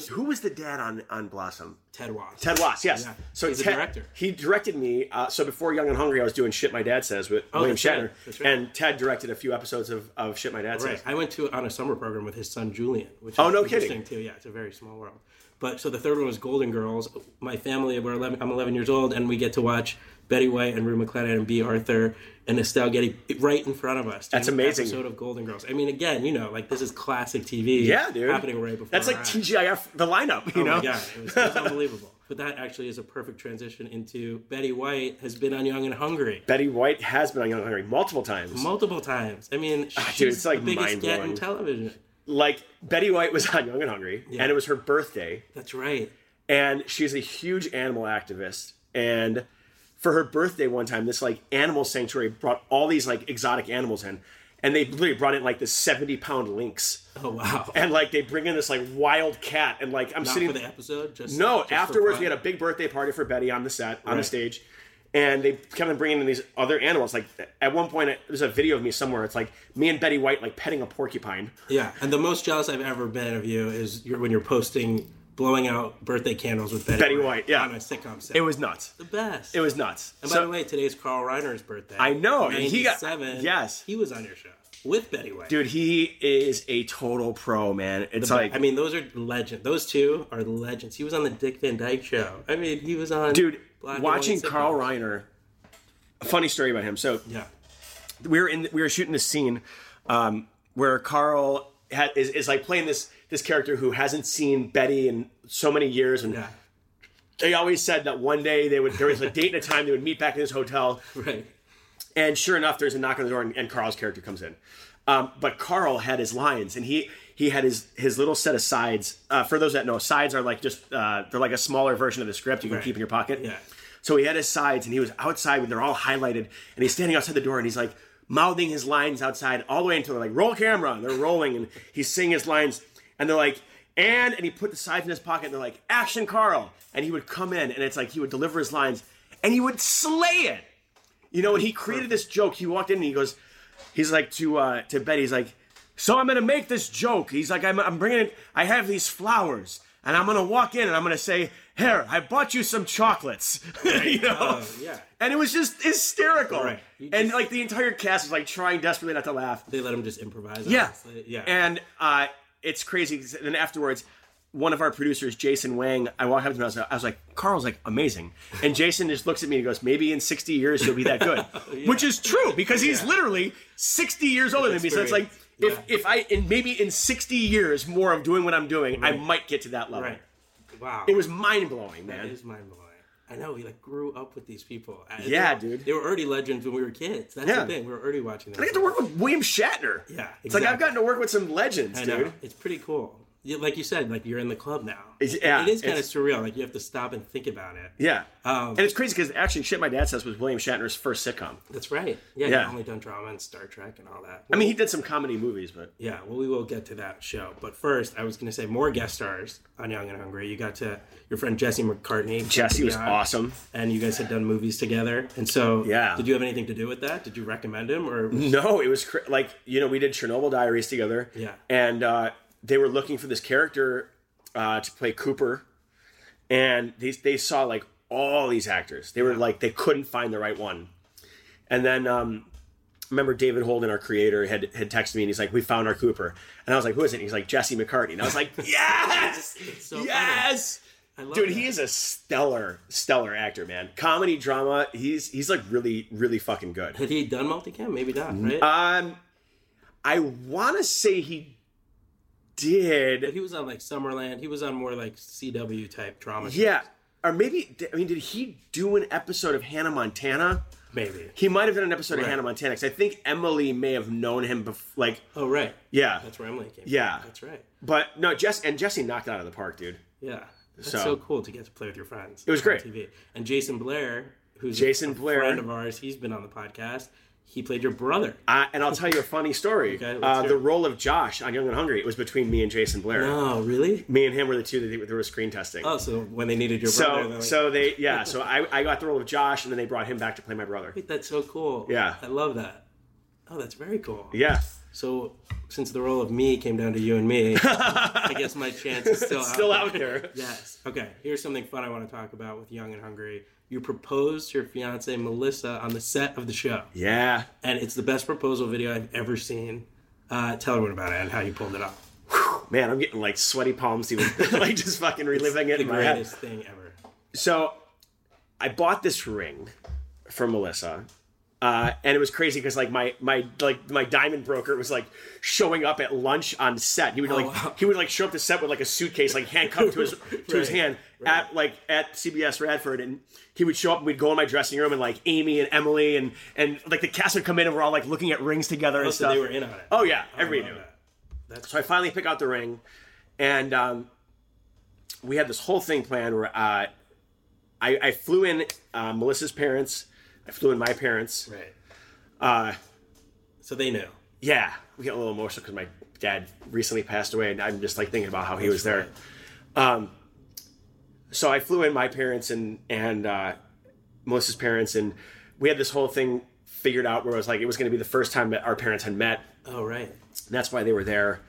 Who was the dad on on Blossom?
Ted Wass.
Ted Watts, yes.
Yeah.
So
He's a
Ted-
director.
He directed me. Uh, so before Young and Hungry, I was doing Shit My Dad Says with William
Oh, that's right.
Shatner,
That's right.
and Ted directed a few episodes of, of Shit My Dad
Right.
Says.
I went to on a summer program with his son Julian, which
Oh,
is
no
interesting
kidding.
too. Yeah, it's a very small world. But so the third one was Golden Girls. My family, we're eleven. I'm eleven years old, and we get to watch Betty White and Rue McClanahan and B. Arthur and Estelle Getty right in front of us. during
That's
an
amazing.
Episode of Golden Girls. I mean, again, you know, like this is classic TV.
Yeah, dude.
Happening right before.
That's like
our eyes.
TGIF, the lineup. You
Oh
know.
my God, it was, it was unbelievable. But that actually is a perfect transition into Betty White has been on Young and Hungry.
Betty White has been on Young and Hungry multiple times.
Multiple times. I mean, she's
Ah, it's, like,
the biggest get in
mind-blowing.
television.
like Betty White was on Young and Hungry, and it was her birthday,
That's right.
and she's a huge animal activist. And for her birthday one time, this like animal sanctuary brought all these like exotic animals in, and they literally brought in like this seventy pound lynx.
Oh wow.
and like they bring in this like wild cat and like i'm
Not
sitting
for the episode. Just
no
just for
afterwards
fun?
we had a big birthday party for betty on the set on the
Right.
stage and they kept on bringing in these other animals like at one point uh, there's a video of me somewhere it's like me and betty white like petting a porcupine
yeah. And the most jealous I've ever been of you is you're, when you're posting blowing out birthday candles with Betty,
Betty White, yeah.
on a sitcom set.
it was nuts
the best.
it was nuts
And by
so
the way, today's Carl Reiner's birthday.
I know, and he got-
97.
yes.
he was on your show with Betty White.
dude he is a total pro man it's like
I mean, those are legend. Those two are legends. He was on the Dick Van Dyke Show. I mean, he was on
dude
Black and White
watching carl
sitcoms.
reiner a funny story about him so
Yeah,
we were in we were shooting this scene um, where Carl ha is, is like playing this this character who hasn't seen Betty in so many years, and
yeah,
they always said that one day they would there was a date and a time they would meet back in his hotel,
right.
and sure enough, there's a knock on the door, and, and Carl's character comes in. Um, but Carl had his lines, and he he had his his little set of sides. Uh, for those that know, sides are like just uh, they're like a smaller version of the script you can
Right.
keep in your pocket.
Yeah.
So he had his sides, and he was outside when they're all highlighted, and he's standing outside the door, and he's like mouthing his lines outside all the way until they're like roll camera, and they're rolling, and he's singing his lines, and they're like. And and he put the sides in his pocket and they're like, action Carl. And he would come in and it's like he would deliver his lines and he would slay it. You know, and he created this joke. He walked in and he goes, he's like to uh, to Betty. He's like, so I'm gonna make this joke. He's like, I'm, I'm bringing it. I have these flowers, and I'm gonna walk in and I'm gonna say, here, I bought you some chocolates. you know,
Oh, yeah.
And it was just hysterical.
Right. You
And
just-
like the entire cast was like trying desperately not to laugh.
They let him just improvise. honestly. yeah.
And uh, it's crazy. 'cause Then afterwards, one of our producers, Jason Wang, I walked up to him. I was, I was like, "Carl's like amazing," and Jason just looks at me and goes, "Maybe in sixty years you'll be that good," which is true because he's literally sixty years older than me. So it's like,
Experience.
if if I in maybe in sixty years more of doing what I'm doing, I might get to that level.
right. Wow.
It was mind blowing, man.
It is mind blowing. I know we like grew up with these people. I-
Yeah,
they were-
dude.
They were already legends when we were kids. That's
Yeah.
the thing. We were already watching them.
I get to work with William Shatner.
Yeah,
it's like I've
exactly.
gotten to work with some legends,
I know.
dude.
It's pretty cool. Yeah, Like you said, like you're in the club now.
It's-
It-
yeah,
it is kind of
it's-
surreal. Like you have to stop and think about it.
Yeah,
Um,
and it's crazy because actually, shit, my dad says was William Shatner's first sitcom.
That's right. Yeah,
Yeah.
you've only done drama and Star Trek and all that.
I mean, he did some comedy movies, but
Yeah, well, we will get to that show. But first, I was going to say more guest stars on Young and Hungry. You got to your friend Jesse McCartney.
Jesse was
Yeah.
awesome.
And you guys had done movies together. And so,
Yeah.
did you have anything to do with that? Did you recommend him? Or
No, it was cr- like you know we did Chernobyl Diaries together.
Yeah.
and uh, they were looking for this character uh, to play Cooper, and they they saw like all these actors. They were like they couldn't find the right one, and then um, I remember David Holden, our creator, had had texted me and he's like, "We found our Cooper," and I was like, "Who is it?" And he's like, "Jesse McCartney," and I was like, "Yes,
so funny.
yes."
I love
Dude,
that.
he is a stellar, stellar actor, man. Comedy, drama, he's he's like really, really fucking good.
had he done multicam? Maybe not, right?
Um, I want to say he
But
did.
he was on like Summerland. He was on more like CW type drama. shows.
Yeah, or maybe I mean, did he do an episode of Hannah Montana?
maybe.
He might have done an episode of
Right.
Hannah Montana. 'cause I think Emily may have known him before. Like,
Oh right,
yeah,
that's where Emily came.
Yeah.
from. that's right.
but no, Jess and Jesse knocked it out of the park, dude.
Yeah, that's
So-
so, cool to get to play with your friends. It
was great.
TV. And Jason Blair, who's
Jason
a
Blair.
friend of ours, he's been on the podcast. He played your brother.
Uh, and I'll tell you a funny story.
Okay, let's
uh,
hear
the
it.
role of Josh on Young and Hungry, it was between me and Jason Blair.
Oh, really?
Me and him were the two that they, they were screen testing.
Oh, so when they needed your brother,
so,
they're like,
so they, yeah. So I, I got the role of Josh, and then they brought him back to play my brother.
that's so cool.
Yeah.
I love that. Oh, that's very cool.
Yeah,
So since the role of me came down to you and me, I guess my chance is still out.
still out there.
Yes. Okay. Here's something fun I want to talk about with Young and Hungry. You proposed to your fiance Melissa on the set of the show,
Yeah.
and it's the best proposal video I've ever seen. Uh, tell everyone about it and how you pulled it off.
Man, I'm getting like sweaty palms even like just fucking reliving it
The
in my head.
greatest thing ever.
So I bought this ring from Melissa. Uh, and it was crazy because like my my like my diamond broker was like showing up at lunch on set. He would like
Oh, wow.
he would like show up to set with like a suitcase like handcuffed to his to his
Right,
hand at like at CBS Radford, and he would show up. and We'd go in my dressing room and like Amy and Emily and and like the cast would come in and we're all like looking at rings together and
Oh, So
stuff.
they were in on it.
oh yeah, everybody
love
knew.
that.
So I finally pick out the ring, and um, we had this whole thing planned where uh, I, I flew in uh, Melissa's parents, I flew in my parents.
Right.
Uh,
So they knew.
yeah, we get a little emotional because my dad recently passed away, and I'm just like thinking about how he was there. Um, so I flew in my parents and and uh, Melissa's parents, and we had this whole thing figured out where it was like it was going to be the first time that our parents had met.
Oh right.
And that's why they were there.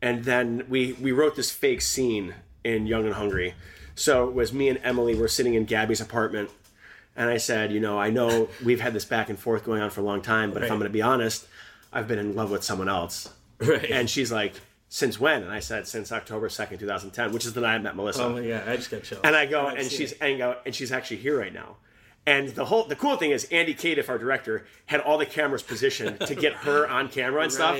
And then we we wrote this fake scene in Young and Hungry. So it was me and Emily were sitting in Gabby's apartment, and I said, you know, I know we've had this back and forth going on for a long time, but if I'm
Right.
going to be honest, I've been in love with someone else.
Right.
And she's like, since when? And I said, since October second, 2010, which is the night I met Melissa.
oh my god, I just got chills.
And I go,
I've
and
seen
she's
it.
and I go, and she's actually here right now. And the whole the cool thing is Andy Cadiff, our director, had all the cameras positioned to get her on camera
Right.
and stuff.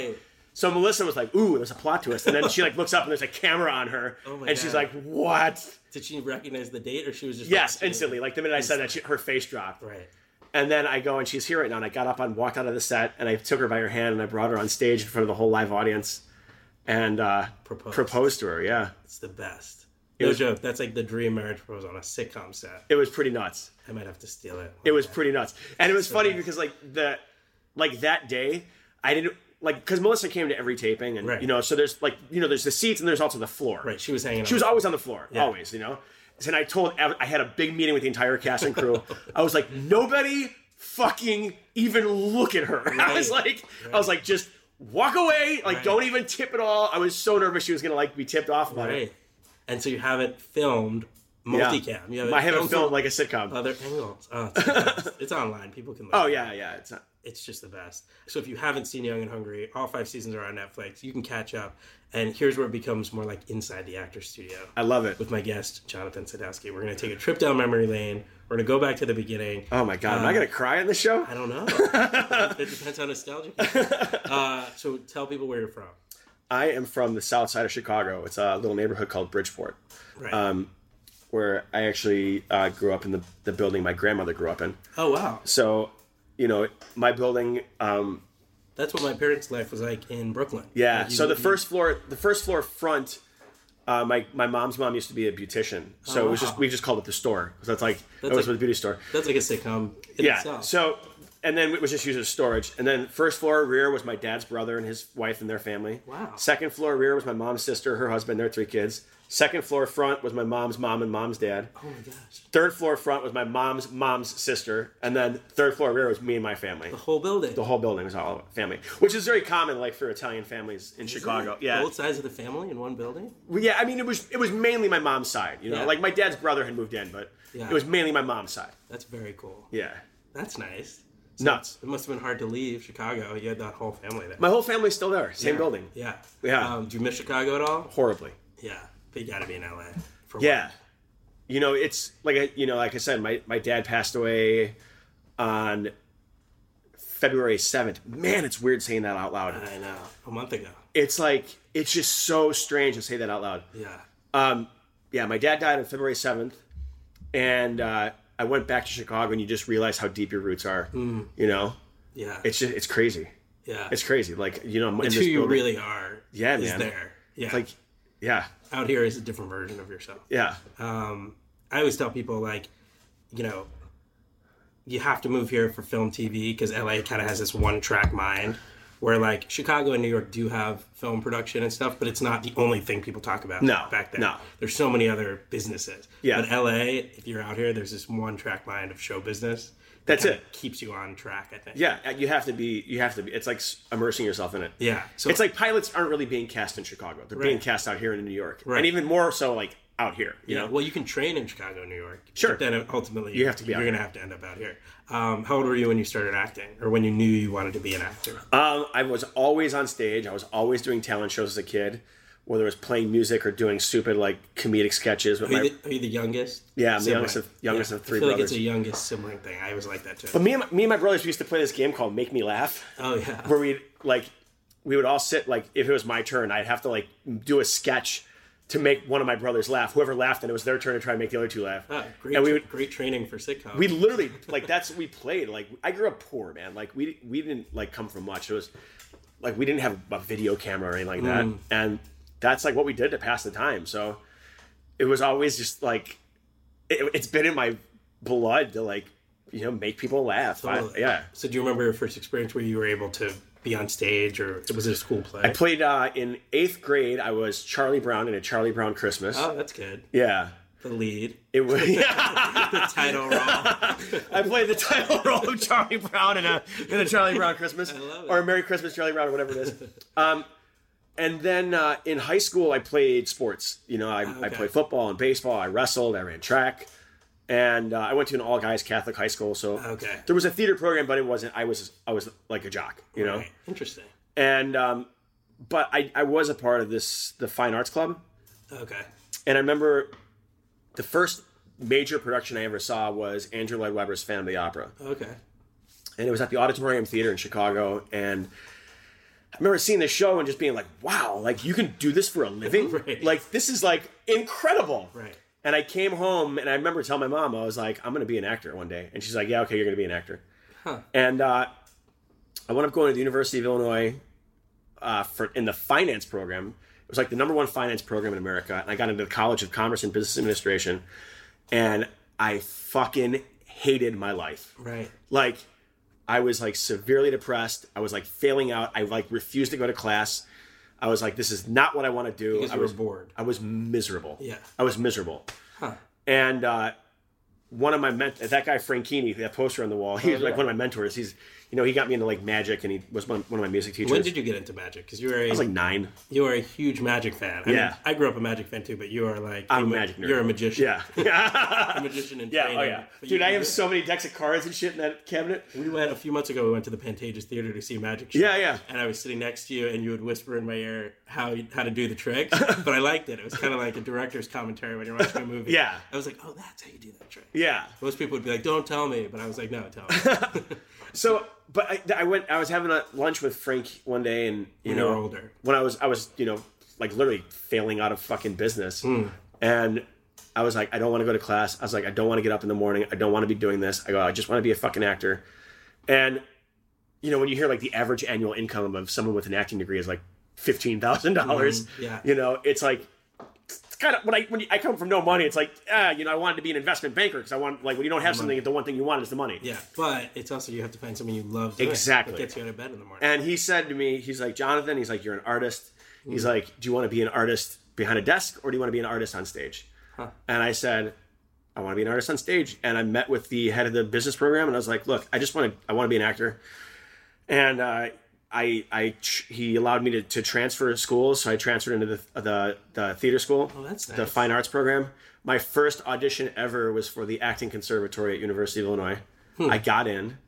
So Melissa was like, "Ooh, there's a plot twist," and then she like looks up and there's a camera on her,
Oh my
and she's
God.
like, "What?"
Did she recognize the date, or she was just
Yes,
like-
instantly. Like the minute I said that, she, her face dropped.
Right.
And then I go and she's here right now. And I got up and walked out of the set and I took her by her hand and I brought her on stage in front of the whole live audience and uh,
Proposed.
proposed to her. Yeah,
It's the best. No
was-
joke. That's like the dream marriage proposal on a sitcom set.
it was pretty nuts.
I might have to steal it.
It was pretty nuts, and it was funny because like the like that day, I didn't like because Melissa came to every taping, and
Right.
you know, so there's like you know, there's the seats and there's also the floor.
Right, she was hanging
She
on
was
the
always on the floor, always. You know, and I told I had a big meeting with the entire cast and crew. I was like, nobody fucking even look at her. I was
Right.
like, I was like, just walk away. Like,
Right.
don't even tip at all. I was so nervous she was gonna like be tipped off about
right.
it.
And so you have it filmed
Yeah.
multicam. You have it
I haven't
filmed from
filmed like a sitcom.
other angles. Oh, it's, the best. It's online. People can. Look.
oh yeah, yeah. It's not.
it's just the best. So if you haven't seen Young and Hungry, all five seasons are on Netflix. You can catch up. And here's where it becomes more like inside the actor studio.
I love it.
with my guest Jonathan Sadowski, we're going to take a trip down memory lane. We're going to go back to the beginning.
Oh my god, am
Uh,
I gonna cry on the show?
I don't know. it depends how nostalgic. you are. Uh, so tell people where you're from.
I am from the south side of Chicago. It's a little neighborhood called Bridgeport,
Right.
Um, where I actually uh, grew up in the, the building my grandmother grew up in.
oh wow,
So, you know, my building, um,
that's what my parents' life was like in Brooklyn.
yeah.
Like, you-
so the
you-
first floor, the first floor front, uh, my my mom's mom used to be a beautician, so it was just
wow.
we just called it the store. So that's like it was
like-
the beauty store.
that's like a sitcom. In
Yeah.
Itself.
So, and then it was just used as storage. And then first floor rear was my dad's brother and his wife and their family.
Wow.
Second floor rear was my mom's sister, her husband, their three kids. Second floor front was my mom's mom and mom's dad.
oh my gosh,
Third floor front was my mom's mom's sister, and then third floor rear was me and my family.
whole building.
The whole building was all family, which is very common, like for Italian families in Chicago. Yeah,
both sides of the family in one building.
Well, yeah. I mean, it was it was mainly my mom's side. You know,
Yeah.
like my dad's brother had moved in, but
Yeah.
it was mainly my mom's side.
That's very cool.
Yeah,
That's nice.
nuts.
It must have been hard to leave Chicago. You had that whole family there.
My whole family's still there, same building.
yeah.
Yeah.
Um, do you miss Chicago at all?
horribly.
Yeah, but you got to be in LA. For work.
Yeah, you know, it's like I, you know, like I said, my my dad passed away on February seventh. Man, it's weird saying that out loud.
I know. A month ago.
It's like it's just so strange to say that out loud.
Yeah.
Um, yeah, my dad died on February seventh, and uh, I went back to Chicago, and you just realize how deep your roots are. You know,
Yeah.
it's just, it's crazy.
yeah.
It's crazy. Like you know, in
it's
this
who you
building-
really are.
Yeah,
is
man.
there. Yeah.
like. Yeah,
out here is a different version of yourself.
yeah,
Um, I always tell people like, you know, you have to move here for film TV because LA kind of has this one track mind where like Chicago and New York do have film production and stuff, but it's not the only thing people talk about
No,
back then.
no.
There's so many other businesses.
Yeah.
But LA, if you're out here, there's this one track mind of show business. that
That's
kinda
it.
Keeps you on track, I think.
Yeah, you have to be. You have to be. It's like s- immersing yourself in it.
Yeah. So
It's like pilots aren't really being cast in Chicago. They're being cast out here in New York,
Right.
and even more so, like out here. You
Yeah,
know?
well, you can train in Chicago, New York.
Sure.
But then ultimately,
You have to be out
You're
here.
going to have to end up out here. Um, how old were you when you started acting, or when you knew you wanted to be an actor?
Um, I was always on stage. I was always doing talent shows as a kid, whether it was playing music or doing stupid like comedic sketches with
are,
my.
you the, are you the youngest?
Yeah, I'm the
sibling?
youngest of- youngest of three
I feel
brothers.
like it's a youngest sibling thing. I always like that too.
But me and my, me and my brothers we used to play this game called Make Me Laugh,
oh yeah.
where we like we would all sit like if it was my turn, I'd have to like do a sketch to make one of my brothers laugh. Whoever laughed, and it was their turn to try and make the other two laugh.
Oh, great,
and we
tra-
would
great training for sitcom.
we literally like that's what we played like i grew up poor man like we we didn't like come from much it was like we didn't have a video camera or anything like
Mm.
that and that's like what we did to pass the time so it was always just like it, it's been in my blood to like you know make people laugh I-
Totally.
yeah
So do you remember your first experience where you were able to be on stage, or was it a school play?
i played uh in eighth grade i was charlie brown in a charlie brown christmas
oh, that's good.
yeah
The lead,
it was
the title role.
I played the title role of Charlie Brown in a in a Charlie Brown Christmas
love it.
or a Merry Christmas Charlie Brown or whatever it is. Um, and then uh, in high school, I played sports. You know, I, I
okay.
played football and baseball. I wrestled. I ran track, and uh, I went to an all guys Catholic high school. So
Okay.
there was a theater program, but it wasn't. I was I was like a jock. You know,
Right. Interesting.
and um, but I I was a part of this the fine arts club.
Okay.
And I remember the first major production I ever saw was Andrew Lloyd Webber's Phantom of the Opera
Okay.
and it was at the Auditorium Theater in Chicago. And I remember seeing this show and just being like, "Wow! Like you can do this for a living?
Right.
Like this is like incredible!"
Right.
And I came home and I remember telling my mom, I was like, "I'm going to be an actor one day," and she's like, "Yeah, okay, you're going to be an actor." And uh, I wound up going to the University of Illinois uh, for in the finance program. It was like the number one finance program in America, and I got into the College of Commerce and Business Administration, and I fucking hated my life
Right.
like I was like severely depressed. I was like failing out. I like refused to go to class. I was like, this is not what I want to do.
Because
I
you were
was
bored.
I was miserable.
Yeah.
I was miserable. And uh, one of my men- that guy Frankini, that poster on the wall,
Oh,
he's like one of my mentors. He's you know he got me into like magic, and he was one, one of my music teachers.
When did you get into magic? Because you were a
I was like nine.
You are a huge Magic fan. I
Yeah.
mean, I grew up a Magic fan too, but you are like
I'm a
you-
Magic nerd.
You're a magician.
Yeah.
a magician in
yeah.
training.
Oh yeah.
But
Dude,
you-
I have so many decks of cards and shit in that cabinet.
We went a few months ago. We went to the Pantages Theater to see a Magic. Show,
Yeah, yeah.
And I was sitting next to you, and you would whisper in my ear how you- how to do the tricks. but I liked it. It was kind of like a director's commentary when you're watching a movie.
Yeah.
I was like, oh, that's how you do that trick.
Yeah.
Most people would be like, don't tell me, but I was like, no, tell me.
So, but I, I went. I was having a lunch with Frank one day, and you
When you
know,
were older.
when I was, I was, you know, like literally failing out of fucking business,
Hmm.
and I was like, I don't want to go to class. I was like, I don't want to get up in the morning. I don't want to be doing this. I go, I just want to be a fucking actor, and you know, when you hear like the average annual income of someone with an acting degree is like fifteen thousand dollars,
Mm-hmm. yeah.
you know, it's like. It's kind of when I when I come from no money, it's like ah, you know, I wanted to be an investment banker because I want like when you don't have something, the one thing you want is the money.
yeah, but it's also you have to find something you love doing.
Exactly.
That gets you out of bed in the morning.
And he said to me, he's like, Jonathan, he's like, you're an artist. He's like, do you want to be an artist behind a desk or do you want to be an artist on stage? And I said, I want to be an artist on stage. And I met with the head of the business program and I was like, look, I just want to, I want to be an actor. And, uh, I, I, tr- he allowed me to, to transfer schools. So I transferred into the, the, the theater school, oh,
that's
the
nice.
fine arts program. My first audition ever was for the acting conservatory at University of Illinois.
Hmm.
I got in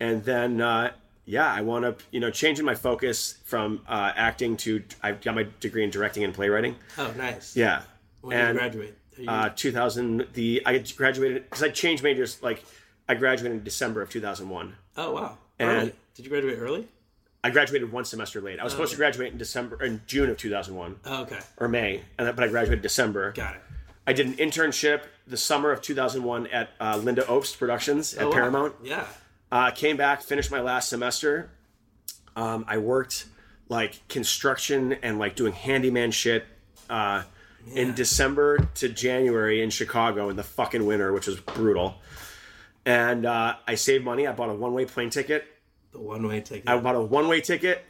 and then uh, yeah, I wound up you know changing my focus from uh, acting to I got my degree in directing and playwriting.
oh, nice.
Yeah,
When did you
and
graduate? Are you-
uh, 2000 the I graduated because I changed majors like I graduated in December of 2001.
oh, wow.
and-
Early. Did you graduate early?
I graduated one semester late. I was supposed to graduate in December in June of 2001
Oh, okay.
or May, and but I graduated December.
Got it.
I did an internship the summer of 2001 at uh, Linda Opst Productions at
Oh, wow.
Paramount.
Yeah.
Uh, came back, finished my last semester. Um, I worked like construction and like doing handyman shit uh, in December to January in Chicago in the fucking winter, which was brutal. And uh, I saved money. I bought a one way plane ticket.
The one way ticket.
I bought a one way ticket.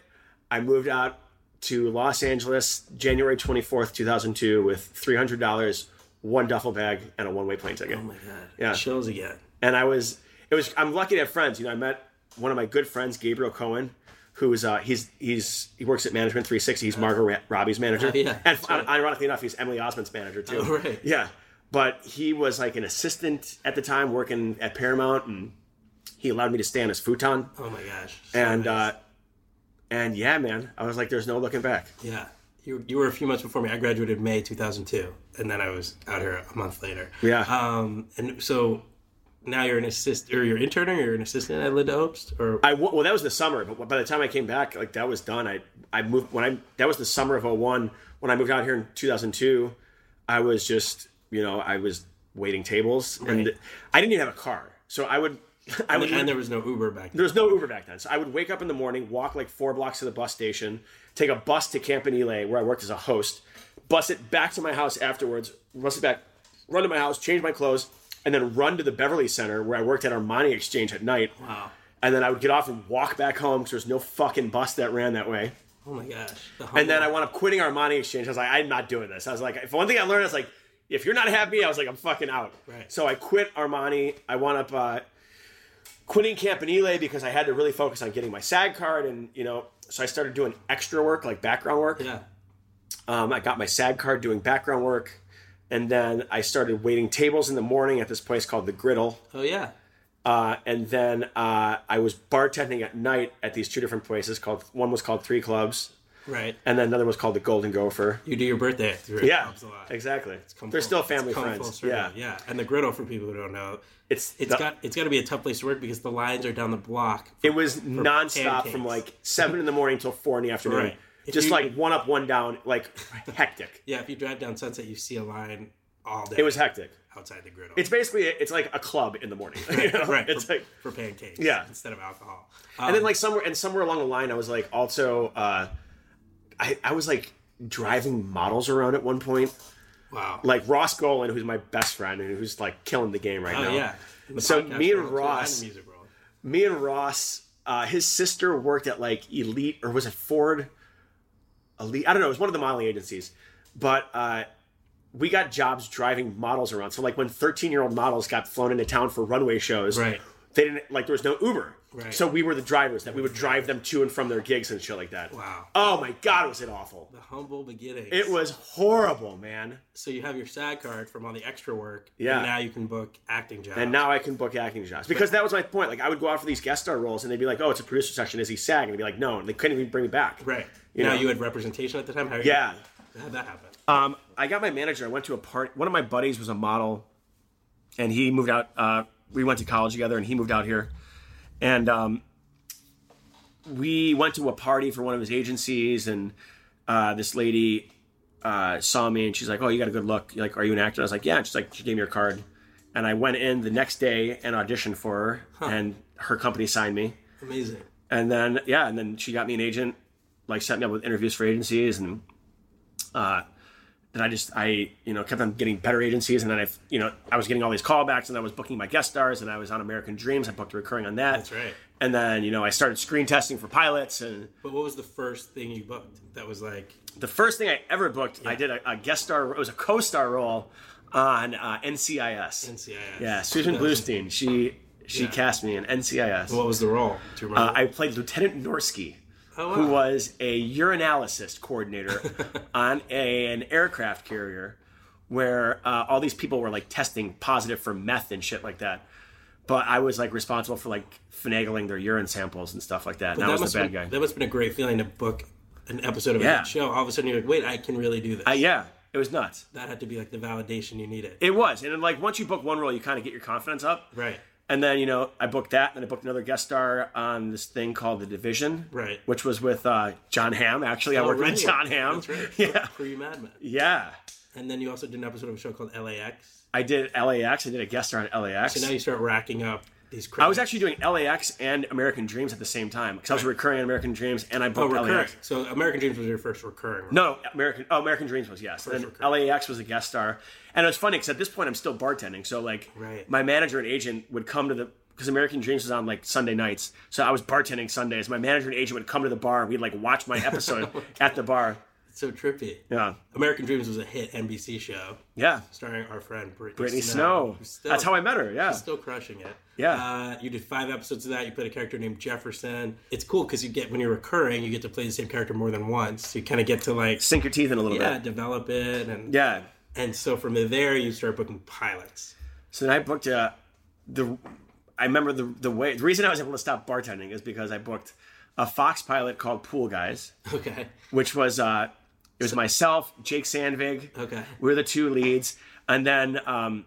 I moved out to Los Angeles January 24th, 2002, with $300, one duffel bag, and a one way plane ticket.
oh my god.
Yeah.
Chills again.
and I was it was I'm lucky to have friends. You know, I met one of my good friends, Gabriel Cohen, who is uh he's he's he works at Management 360. He's Margot Ra- Robbie's manager,
Oh, yeah,
and
that's right.
ironically enough, he's Emily Osmond's manager too.
Oh, right.
Yeah, but he was like an assistant at the time, working at Paramount, and he allowed me to stay on his futon.
Oh my gosh. So
And
nice.
uh, and yeah, man, I was like, there's no looking back.
yeah, you, you were a few months before me. I graduated May 2002, and then I was out here a month later.
Yeah.
Um, and so now you're an assist or you're interning or you're an assistant at Linda Hopes or
I w- well, that was the summer, but by the time I came back, like that was done. I I moved when I that was the summer of 01. When I moved out here in 2002, I was just you know I was waiting tables and
Right.
I didn't even have a car, so I would I would
and there was no Uber back then.
there was no Uber back then. So I would wake up in the morning, walk like four blocks to the bus station, take a bus to Campanile where I worked as a host, bus it back to my house afterwards, bus it back, run to my house, change my clothes, and then run to the Beverly Center where I worked at Armani Exchange at night.
Wow.
And then I would get off and walk back home because there was no fucking bus that ran that way.
Oh my gosh. The
And then I
humble-
wound up quitting Armani Exchange. I was like, I'm not doing this. I was like, if one thing I learned is like, if you're not happy, I was like, I'm fucking out.
Right.
So I quit Armani. I wound up uh, quitting Campanile because I had to really focus on getting my SAG card, and you know, so I started doing extra work like background work.
yeah.
Um, I got my SAG card doing background work, and then I started waiting tables in the morning at this place called the Griddle.
Oh yeah.
Uh, and then uh, I was bartending at night at these two different places called one was called Three Clubs,
Right.
and then another was called the Golden Gopher.
You do your birthday. at three
Yeah,
clubs a lot.
exactly.
Come
They're
full-
still
it's
family
come full
friends.
circle,
Yeah.
yeah. And the griddle for people who don't know,
it's
it's
the-
got it's got to be a tough place to work because the lines are down the block.
it was nonstop
pancakes.
from like seven in the morning till four in the afternoon.
Right. If
Just
you-
like one up, one down, like hectic.
yeah, if you drive down Sunset, you see a line all day.
It was hectic.
outside the griddle.
It's basically it's like a club in the morning. you know?
right Um,
It's
for,
like
for pancakes.
Yeah.
instead of alcohol.
and then like somewhere and somewhere along the line, I was like also uh, I I was like driving models around at one point.
Uh, Wow.
Like Ross Golan, who's my best friend and who's like killing the game right
oh
now.
yeah. In the
So
podcast
me and
world, too,
Ross-
the music world.
me and Ross, uh, his sister worked at like Elite or was it Ford? Elite, I don't know. It was one of the modeling agencies, but uh, we got jobs driving models around. So like when thirteen-year-old models got flown into town for runway shows,
Right.
They didn't like there was no Uber,
Right.
so we were the drivers that we would drive them to and from their gigs and shit like that.
Wow.
Oh my God, was it awful?
The humble beginnings.
It was horrible, man.
so you have your SAG card from all the extra work.
Yeah.
And now you can book acting jobs.
And now I can book acting jobs because that was my point. Like I would go out for these guest star roles, and they'd be like, "Oh, it's a producer section. Is he SAG?" And I'd be like, "No," and they couldn't even bring me back.
right
You
now
know.
you had representation at the time. How
Yeah.
How'd that happen?
Um, I got my manager. I went to a part. One of my buddies was a model, and he moved out. Uh, we went to college together, and he moved out here, and um, we went to a party for one of his agencies, and uh, this lady uh, saw me, and she's like, "Oh, you got a good look. You're like, are you an actor?" I was like, "Yeah." And she's like, "She gave me your card," and I went in the next day and auditioned for her, and her company signed me.
Amazing.
And then yeah, and then she got me an agent, like set me up with interviews for agencies, and uh, then I just I you know kept on getting better agencies, and then I you know I was getting all these callbacks, and I was booking my guest stars, and I was on American Dreams, I booked a recurring on that.
That's right.
And then you know I started screen testing for pilots, and
But what was the first thing you booked that was like
the first thing I ever booked, I did a, a guest star. It was a co-star role on uh, NCIS.
NCIS?
Yeah, Susan Bluestein. She she
Yeah.
cast me in NCIS.
What was the role? Do you
Uh,
remember?
I played Lieutenant Norsky,
Oh, wow.
who was a urinalysis coordinator on a, an aircraft carrier where uh, all these people were like testing positive for meth and shit like that. But I was like responsible for like finagling their urine samples and stuff like that. and I was
must
the bad
have
guy.
been, That must have been a great feeling to book an episode of
Yeah.
a show. All of a sudden, you're like, wait, I can really do this.
Uh, yeah, it was nuts.
That had to be like the validation you needed.
It was. And then, like once you book one role, you kind of get your confidence up.
right.
And then, you know, I booked that. And then I booked another guest star on this thing called The Division.
Right.
Which was with uh, John Hamm, actually. I
Oh,
worked
right.
with John Hamm.
That's right.
Yeah.
Pre Mad Men.
Yeah.
And then you also did an episode of a show called LAX.
I did LAX. I did a guest star on LAX.
So now you start racking up these crazy.
I was actually doing LAX and American Dreams at the same time because I was recurring on American Dreams and I
oh,
booked
recurring.
LAX.
So American Dreams was your first recurring. Right?
No, American. Oh, American Dreams was yes. And
recurring.
LAX was a guest star, and it was funny because at this point I'm still bartending. So like,
Right.
my manager and agent would come to the because American Dreams was on like Sunday nights. So I was bartending Sundays. My manager and agent would come to the bar. We'd like watch my episode
Oh,
at the bar.
It's so trippy.
Yeah,
American Dreams was a hit NBC show
yeah.
starring our friend Brittany,
Brittany Snow.
who's still-
That's how I met her. Yeah.
still crushing it.
Yeah.
Uh, you did five episodes of that. You played a character named Jefferson. It's cool because you get when you're recurring, you get to play the same character more than once. You kind of get to like
Sink your teeth in a little
yeah,
bit.
develop it and
Yeah.
and so from there you start booking pilots.
So then I booked uh, the. I remember the the way the reason I was able to stop bartending is because I booked a Fox pilot called Pool Guys.
Okay.
which was uh, it was myself, Jake Sandvig.
Okay.
we are the two leads, and then um,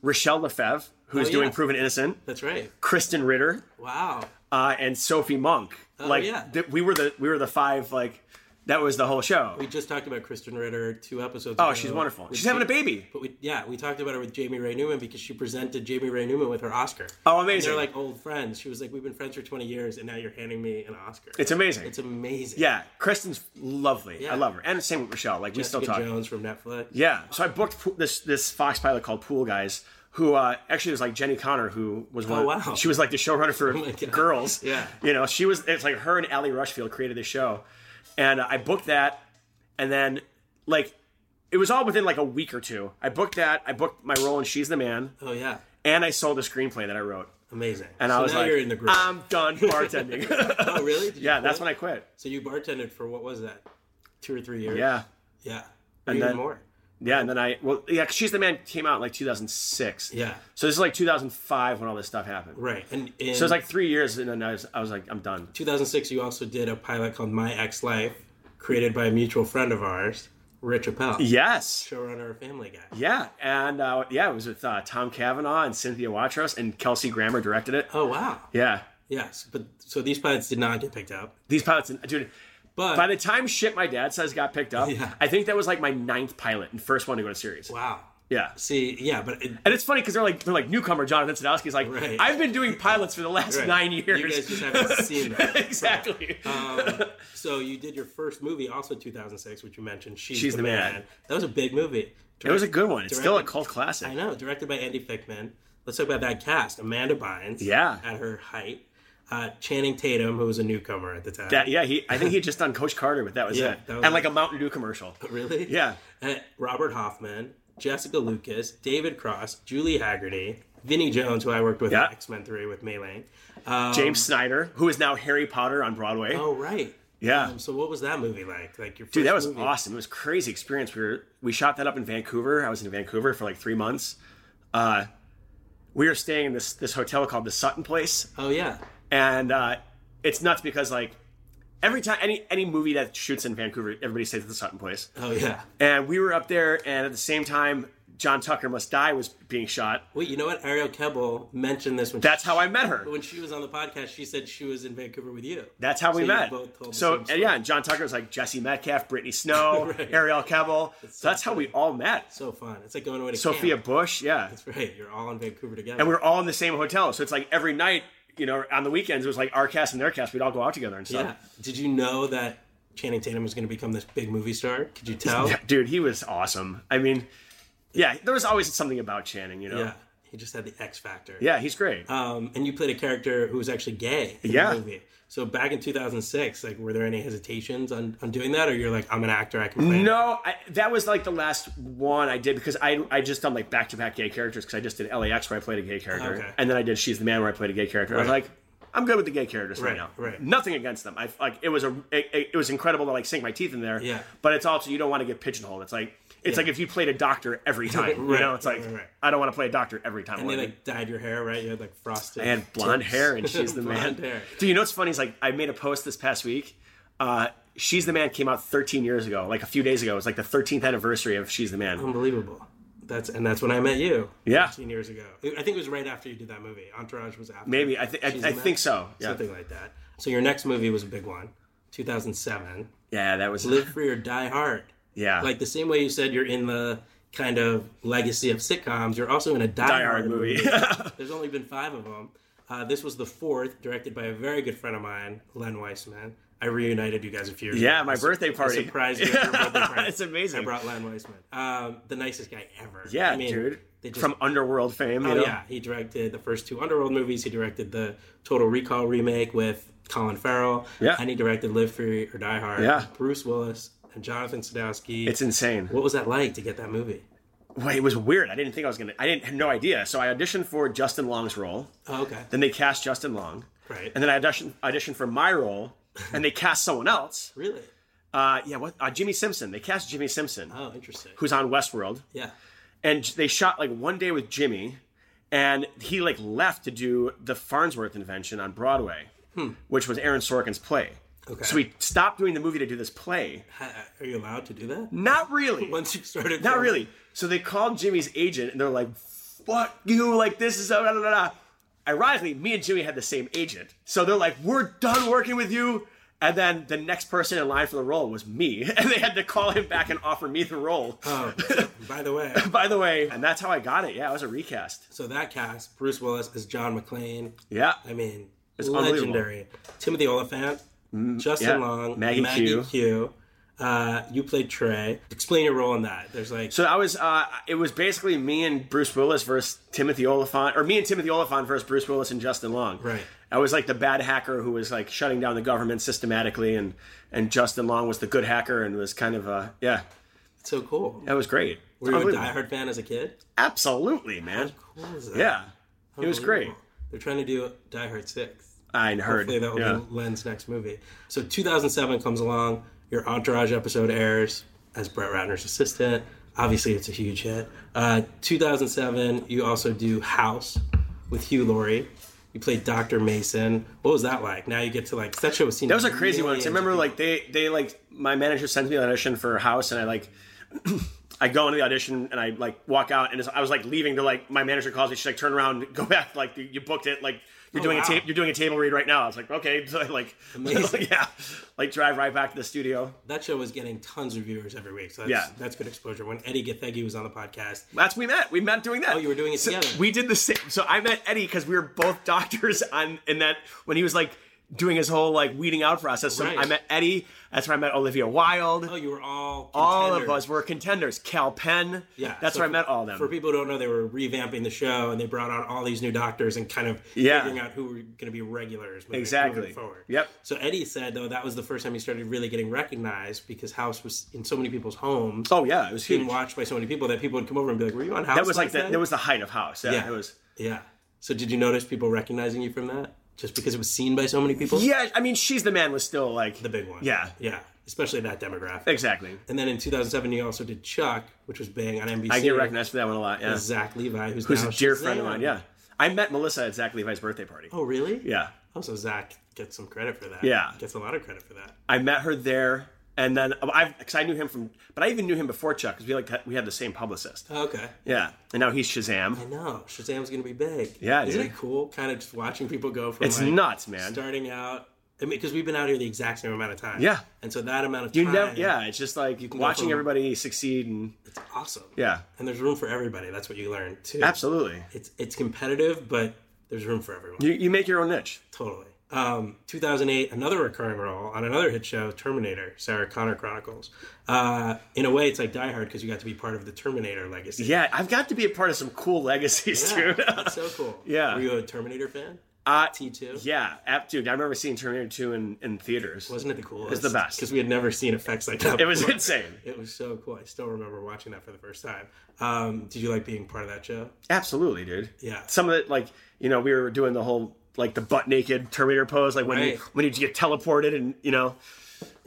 Rochelle Lefevre, who's
Oh,
doing
yeah.
Proven Innocent,
That's right.
Kristen Ritter,
Wow.
uh, and Sophie Monk. like
Oh, yeah.
th- we were the we were the five. Like that was the whole show.
We just talked about Kristen Ritter two episodes ago.
oh, she's wonderful.
Oh, with
She's having a
Ja-
baby.
But we, yeah, we talked about her with Jamie Ray Newman because she presented Jamie Ray Newman with her Oscar.
Oh,
And
amazing!
they're like old friends. She was like, "We've been friends for 20 years, and now you're handing me an Oscar."
it's amazing.
It's amazing.
yeah, Kristen's lovely.
Yeah.
I love her, and same with Rochelle. Like we still
Jessica
talk.
Jones from Netflix.
Yeah. So I booked Pool- this this Fox pilot called Pool Guys, who uh, actually was like Jenny Connor, who was one.
Oh,
of-
wow. Oh
She was like the showrunner for
my God.
Girls.
Yeah.
You know, she was. It's like her and Allie Rushfield created this show, and uh, I booked that, and then like it was all within like a week or two. I booked that. I booked my role in She's the Man,
Oh yeah,
and I sold a screenplay that I wrote.
amazing.
And
so
I was
now
like,
you're in the group.
I'm done bartending.
oh really? Did you
yeah, that's
quit?
when I quit.
So you bartended for what was that? Two or three years.
Yeah.
Yeah.
And
Even
then-
more.
Yeah, and then I well, yeah, 'cause She's the Man came out in like 2006.
Yeah.
So this is like 2005 when all this stuff happened.
Right. And in
So it's like three years, and then I was, I was like, I'm done.
2006, you also did a pilot called My Ex Life, created by a mutual friend of ours, Rich Appel,
Yes.
showrunner of Family Guy.
Yeah, and uh, yeah, it was with uh, Tom Cavanaugh and Cynthia Watros, and Kelsey Grammer directed it.
Oh wow.
Yeah,
Yes, but so these pilots did not get picked up.
these pilots, dude.
But
By the time shit, my dad says got picked up.
Yeah.
I think that was like my ninth pilot and first one to go to series.
wow.
Yeah,
See, yeah, but it,
and it's funny because they're like they're like newcomer Jonathan Sadowski's like
Right.
I've been doing pilots for the last
Right.
nine
You
years.
guys just haven't seen that. Uh, Um,
exactly.
So you did your first movie, also 2006, which you mentioned. She's,
She's
the,
the
man.
Man.
That was a big movie.
it was a good one. It's still a
directed-
cult classic.
I know, directed by Andy Fickman. Let's talk about that cast: Amanda Bynes,
Yeah.
at her height, uh, Channing Tatum, who was a newcomer at the time.
That- yeah, he. I think he had just done Coach Carter with that was
Yeah,
it,
that was
and like
it.
a Mountain Dew commercial.
really?
Yeah.
Uh, Robert Hoffman, Jessica Lucas, David Cross, Julie Haggerty, Vinnie Jones, who I worked with
Yeah.
on X Men Three with Maylang.
James Snyder, who is now Harry Potter on Broadway.
Um, Oh right.
yeah.
Um, so what was that movie like? Like your first
Dude, that was
movie.
awesome. It was a crazy experience. We were we shot that up in Vancouver. I was in Vancouver for like three months. Uh, we were staying in this this hotel called the Sutton Place,
Oh yeah.
and uh, it's nuts because like every time any any movie that shoots in Vancouver, everybody stays at the Sutton Place.
Oh yeah.
And we were up there, and at the same time, John Tucker Must Die was being shot.
Wait, you know what? Ariel Kebble mentioned this when
That's how I met her.
when she was on the podcast, she said she was in Vancouver with you.
That's how we
So you
met.
both told the
So
same
and
story.
yeah, and John Tucker was like Jesse Metcalf, Brittany Snow,
Right.
Ariel Kebble.
so
So that's how we all met.
so fun. It's like going away to
Sophia
Camp.
Bush, yeah.
That's right. You're all in Vancouver together.
And we were all in the same hotel. So it's like every night, you know, on the weekends, it was like our cast and their cast. We'd all go out together and
yeah.
stuff.
Did you know that Channing Tatum was going to become this big movie star? Could you tell?
Yeah, Dude, he was awesome. I mean, yeah, there was always something about Channing, you know?
Yeah. He just had the X factor.
Yeah, he's great.
Um, and you played a character who was actually gay in
Yeah.
the movie. So back in 2006, like, were there any hesitations on, on doing that, or you're like, I'm an actor, I can play.
no, I, that was like the last one I did because I I just done like back to back gay characters because I just did LAX where I played a gay character
Okay.
and then I did She's the Man where I played a gay character. I was
Right.
like, I'm good with the gay characters right,
Right,
now.
right.
Nothing against them. I like it was a it, it- it was incredible to like sink my teeth in there.
Yeah.
But it's also you don't want to get pigeonholed. It's like it's like if you played a doctor every time. You
Right,
know, it's like
right, right.
I don't want to play a doctor every time.
And
I
they
wanna-
like dyed your hair, right? You had like frosted.
I had blonde
tips.
hair and she's the man.
Blonde hair.
Dude, you know what's funny is like I made a post this past week. Uh, she's the man came out 13 years ago, like a few days ago. It was like the 13th anniversary of She's the
Oh
Man.
Unbelievable. That's and that's when I met you.
Yeah.
15 years ago. I think it was right after you did that movie. Entourage was after.
Maybe I, th-
She's the
I, I
Man?
think so. Yeah,
Something like that. So your next movie was a big one, 2007.
yeah, that was
Live Free or Die Hard.
yeah.
Like the same way you said you're in the kind of legacy of sitcoms, you're also in a Die,
Die Hard movie.
There's only been five of them. Uh, this was the fourth, directed by a very good friend of mine, Len Weissman. I reunited you guys a few years ago.
Yeah, my
I su-
birthday party.
I surprised you. at your birthday party.
It's amazing.
I brought Len Weissman. Um, the nicest guy ever.
yeah,
I mean,
dude.
They just,
From underworld fame. You
oh,
know?
yeah. He directed the first two Underworld movies. He directed the Total Recall remake with Colin Farrell.
Yeah.
And he directed Live Free or Die Hard.
Yeah.
Bruce Willis and Jonathan Sadowski.
It's insane.
what was that like to get that movie?
Well, it was weird. I didn't think I was gonna. I didn't have no idea. So I auditioned for Justin Long's role.
Oh, okay.
Then they cast Justin Long.
Right.
And then I auditioned auditioned for my role, and they cast someone else.
really?
Uh, yeah, what? Uh, Jimmy Simpson. They cast Jimmy Simpson,
Oh, interesting.
who's on Westworld,
Yeah.
and they shot like one day with Jimmy, and he like left to do the Farnsworth Invention on Broadway, which was Aaron Sorkin's play.
Okay.
So we stopped doing the movie to do this play.
Ha- Are you allowed to do that?
Not really.
Once you started,
Not
filming-
really. So they called Jimmy's agent and they're like, fuck you, like this is. Da, da, da, da." Ironically, me and Jimmy had the same agent. So they're like, we're done working with you. And then the next person in line for the role was me. And they had to call him back and offer me the role.
Oh, so, by the way,
By the way, and that's how I got it. Yeah, it was a recast.
so that cast: Bruce Willis as John McClane.
Yeah.
I mean,
It's Mm,
legendary. Timothy Oliphant, Justin
yeah.
Long,
Maggie Q.
Q. Uh, you played Trey. Explain your role in that. There's like,
So I was, uh, it was basically me and Bruce Willis versus Timothy Oliphant, or me and Timothy Oliphant versus Bruce Willis and Justin Long.
Right.
I was like the bad hacker who was like shutting down the government systematically, and and Justin Long was the good hacker and was kind of, uh, yeah,
it's so cool.
that was great.
Were you a
Unbelievable.
diehard fan as a kid?
Absolutely, man.
Cool is that?
Yeah, it was great.
Unbelievable. They're trying to do Die Hard Six.
I heard.
Hopefully that will
Yeah.
be Len's next movie. So 2007 comes along. Your Entourage episode airs as Brett Ratner's assistant. Obviously, it's a huge hit. Uh, 2007, you also do House with Hugh Laurie. You played Dr. Mason. What was that like? Now you get to like, that show was seen.
That was a crazy one. 'cause I remember like they they like my manager sends me an audition for House, and I like I go into the audition and I like walk out, and as I was like leaving, they're like my manager calls me. She's like, turn around, go back, like you, you booked it, like you're doing
Oh, wow.
a tape, you're doing a table read right now. I was like, okay, so I, like
Amazing.
yeah, like drive right back to the studio.
that show was getting tons of viewers every week. So that's,
Yeah.
that's good exposure. When Eddie Gethegi was on the podcast,
That's we met. We met doing that.
Oh, you were doing it
so
together.
We did the same. So I met Eddie because we were both doctors on in that when he was like doing his whole like weeding out process. So
Right.
I met Eddie. That's where I met Olivia Wilde.
oh, you were all
all of
contenders.
us were contenders. Cal Penn.
Yeah,
that's
so
where I
for-
met all of them.
For people who don't know, they were revamping the show, and they brought on all these new doctors and kind of
Yeah.
figuring out who were going to be regulars. Moving,
Exactly.
moving forward.
Yep.
So Eddie said though that was the first time he started really getting recognized because House was in so many people's homes,
oh yeah, it was
being
huge.
watched by so many people that people would come over and be like, "Were you on House?"
That was like
last
the,
night?"
that was the height of house. Yeah,
Yeah.
it was.
Yeah. So did you notice people recognizing you from that just because it was seen by so many people?
Yeah, I mean, she's the man was still like
The big one.
Yeah.
Yeah. Especially that demographic.
exactly.
And then in 2007, you also did Chuck, which was big on NBC.
I get recognized for that one a lot. Yeah,
Zach Levi, who's,
who's
now
a dear friend of
Shazam.
mine. Yeah, I met Melissa at Zach Levi's birthday party.
Oh, really?
Yeah,
Also, Zach gets some credit for that.
Yeah.
Gets a lot of credit for that.
I met her there, and then I because I knew him from, but I even knew him before Chuck because we like had- we had the same publicist.
Okay.
Yeah, and now he's Shazam.
I know. Shazam's going to be big.
Yeah,
Isn't
dude.
it cool kind of just watching people go from
It's
like,
nuts, man.
starting out? I mean, because we've been out here the exact same amount of time.
Yeah.
And so that amount of time.
you never, yeah, it's just like
can go
watching
from-
everybody succeed and
It's awesome.
yeah,
And there's room for everybody. That's what you learn, too.
absolutely.
It's, it's competitive, but there's room for everyone.
You, you make your own niche.
Totally. Um, 2008, another recurring role on another hit show, Terminator, Sarah Connor Chronicles. Uh, in a way, it's like Die Hard because you got to be part of the Terminator legacy.
Yeah, I've got to be a part of some cool legacies,
Yeah,
dude.
that's so cool.
Yeah.
Were you a Terminator fan?
Uh,
T2?
yeah, app, dude. I remember seeing Terminator 2 in, in theaters.
Wasn't it the coolest?
It's the best.
Because we had never seen effects like that
It was
before.
insane.
It was so cool. I still remember watching that for the first time. Um, did you like being part of that show?
Absolutely, dude.
Yeah.
Some of it, like you know, we were doing the whole like the butt naked Terminator pose, like when you
Right.
when you get teleported, and you know,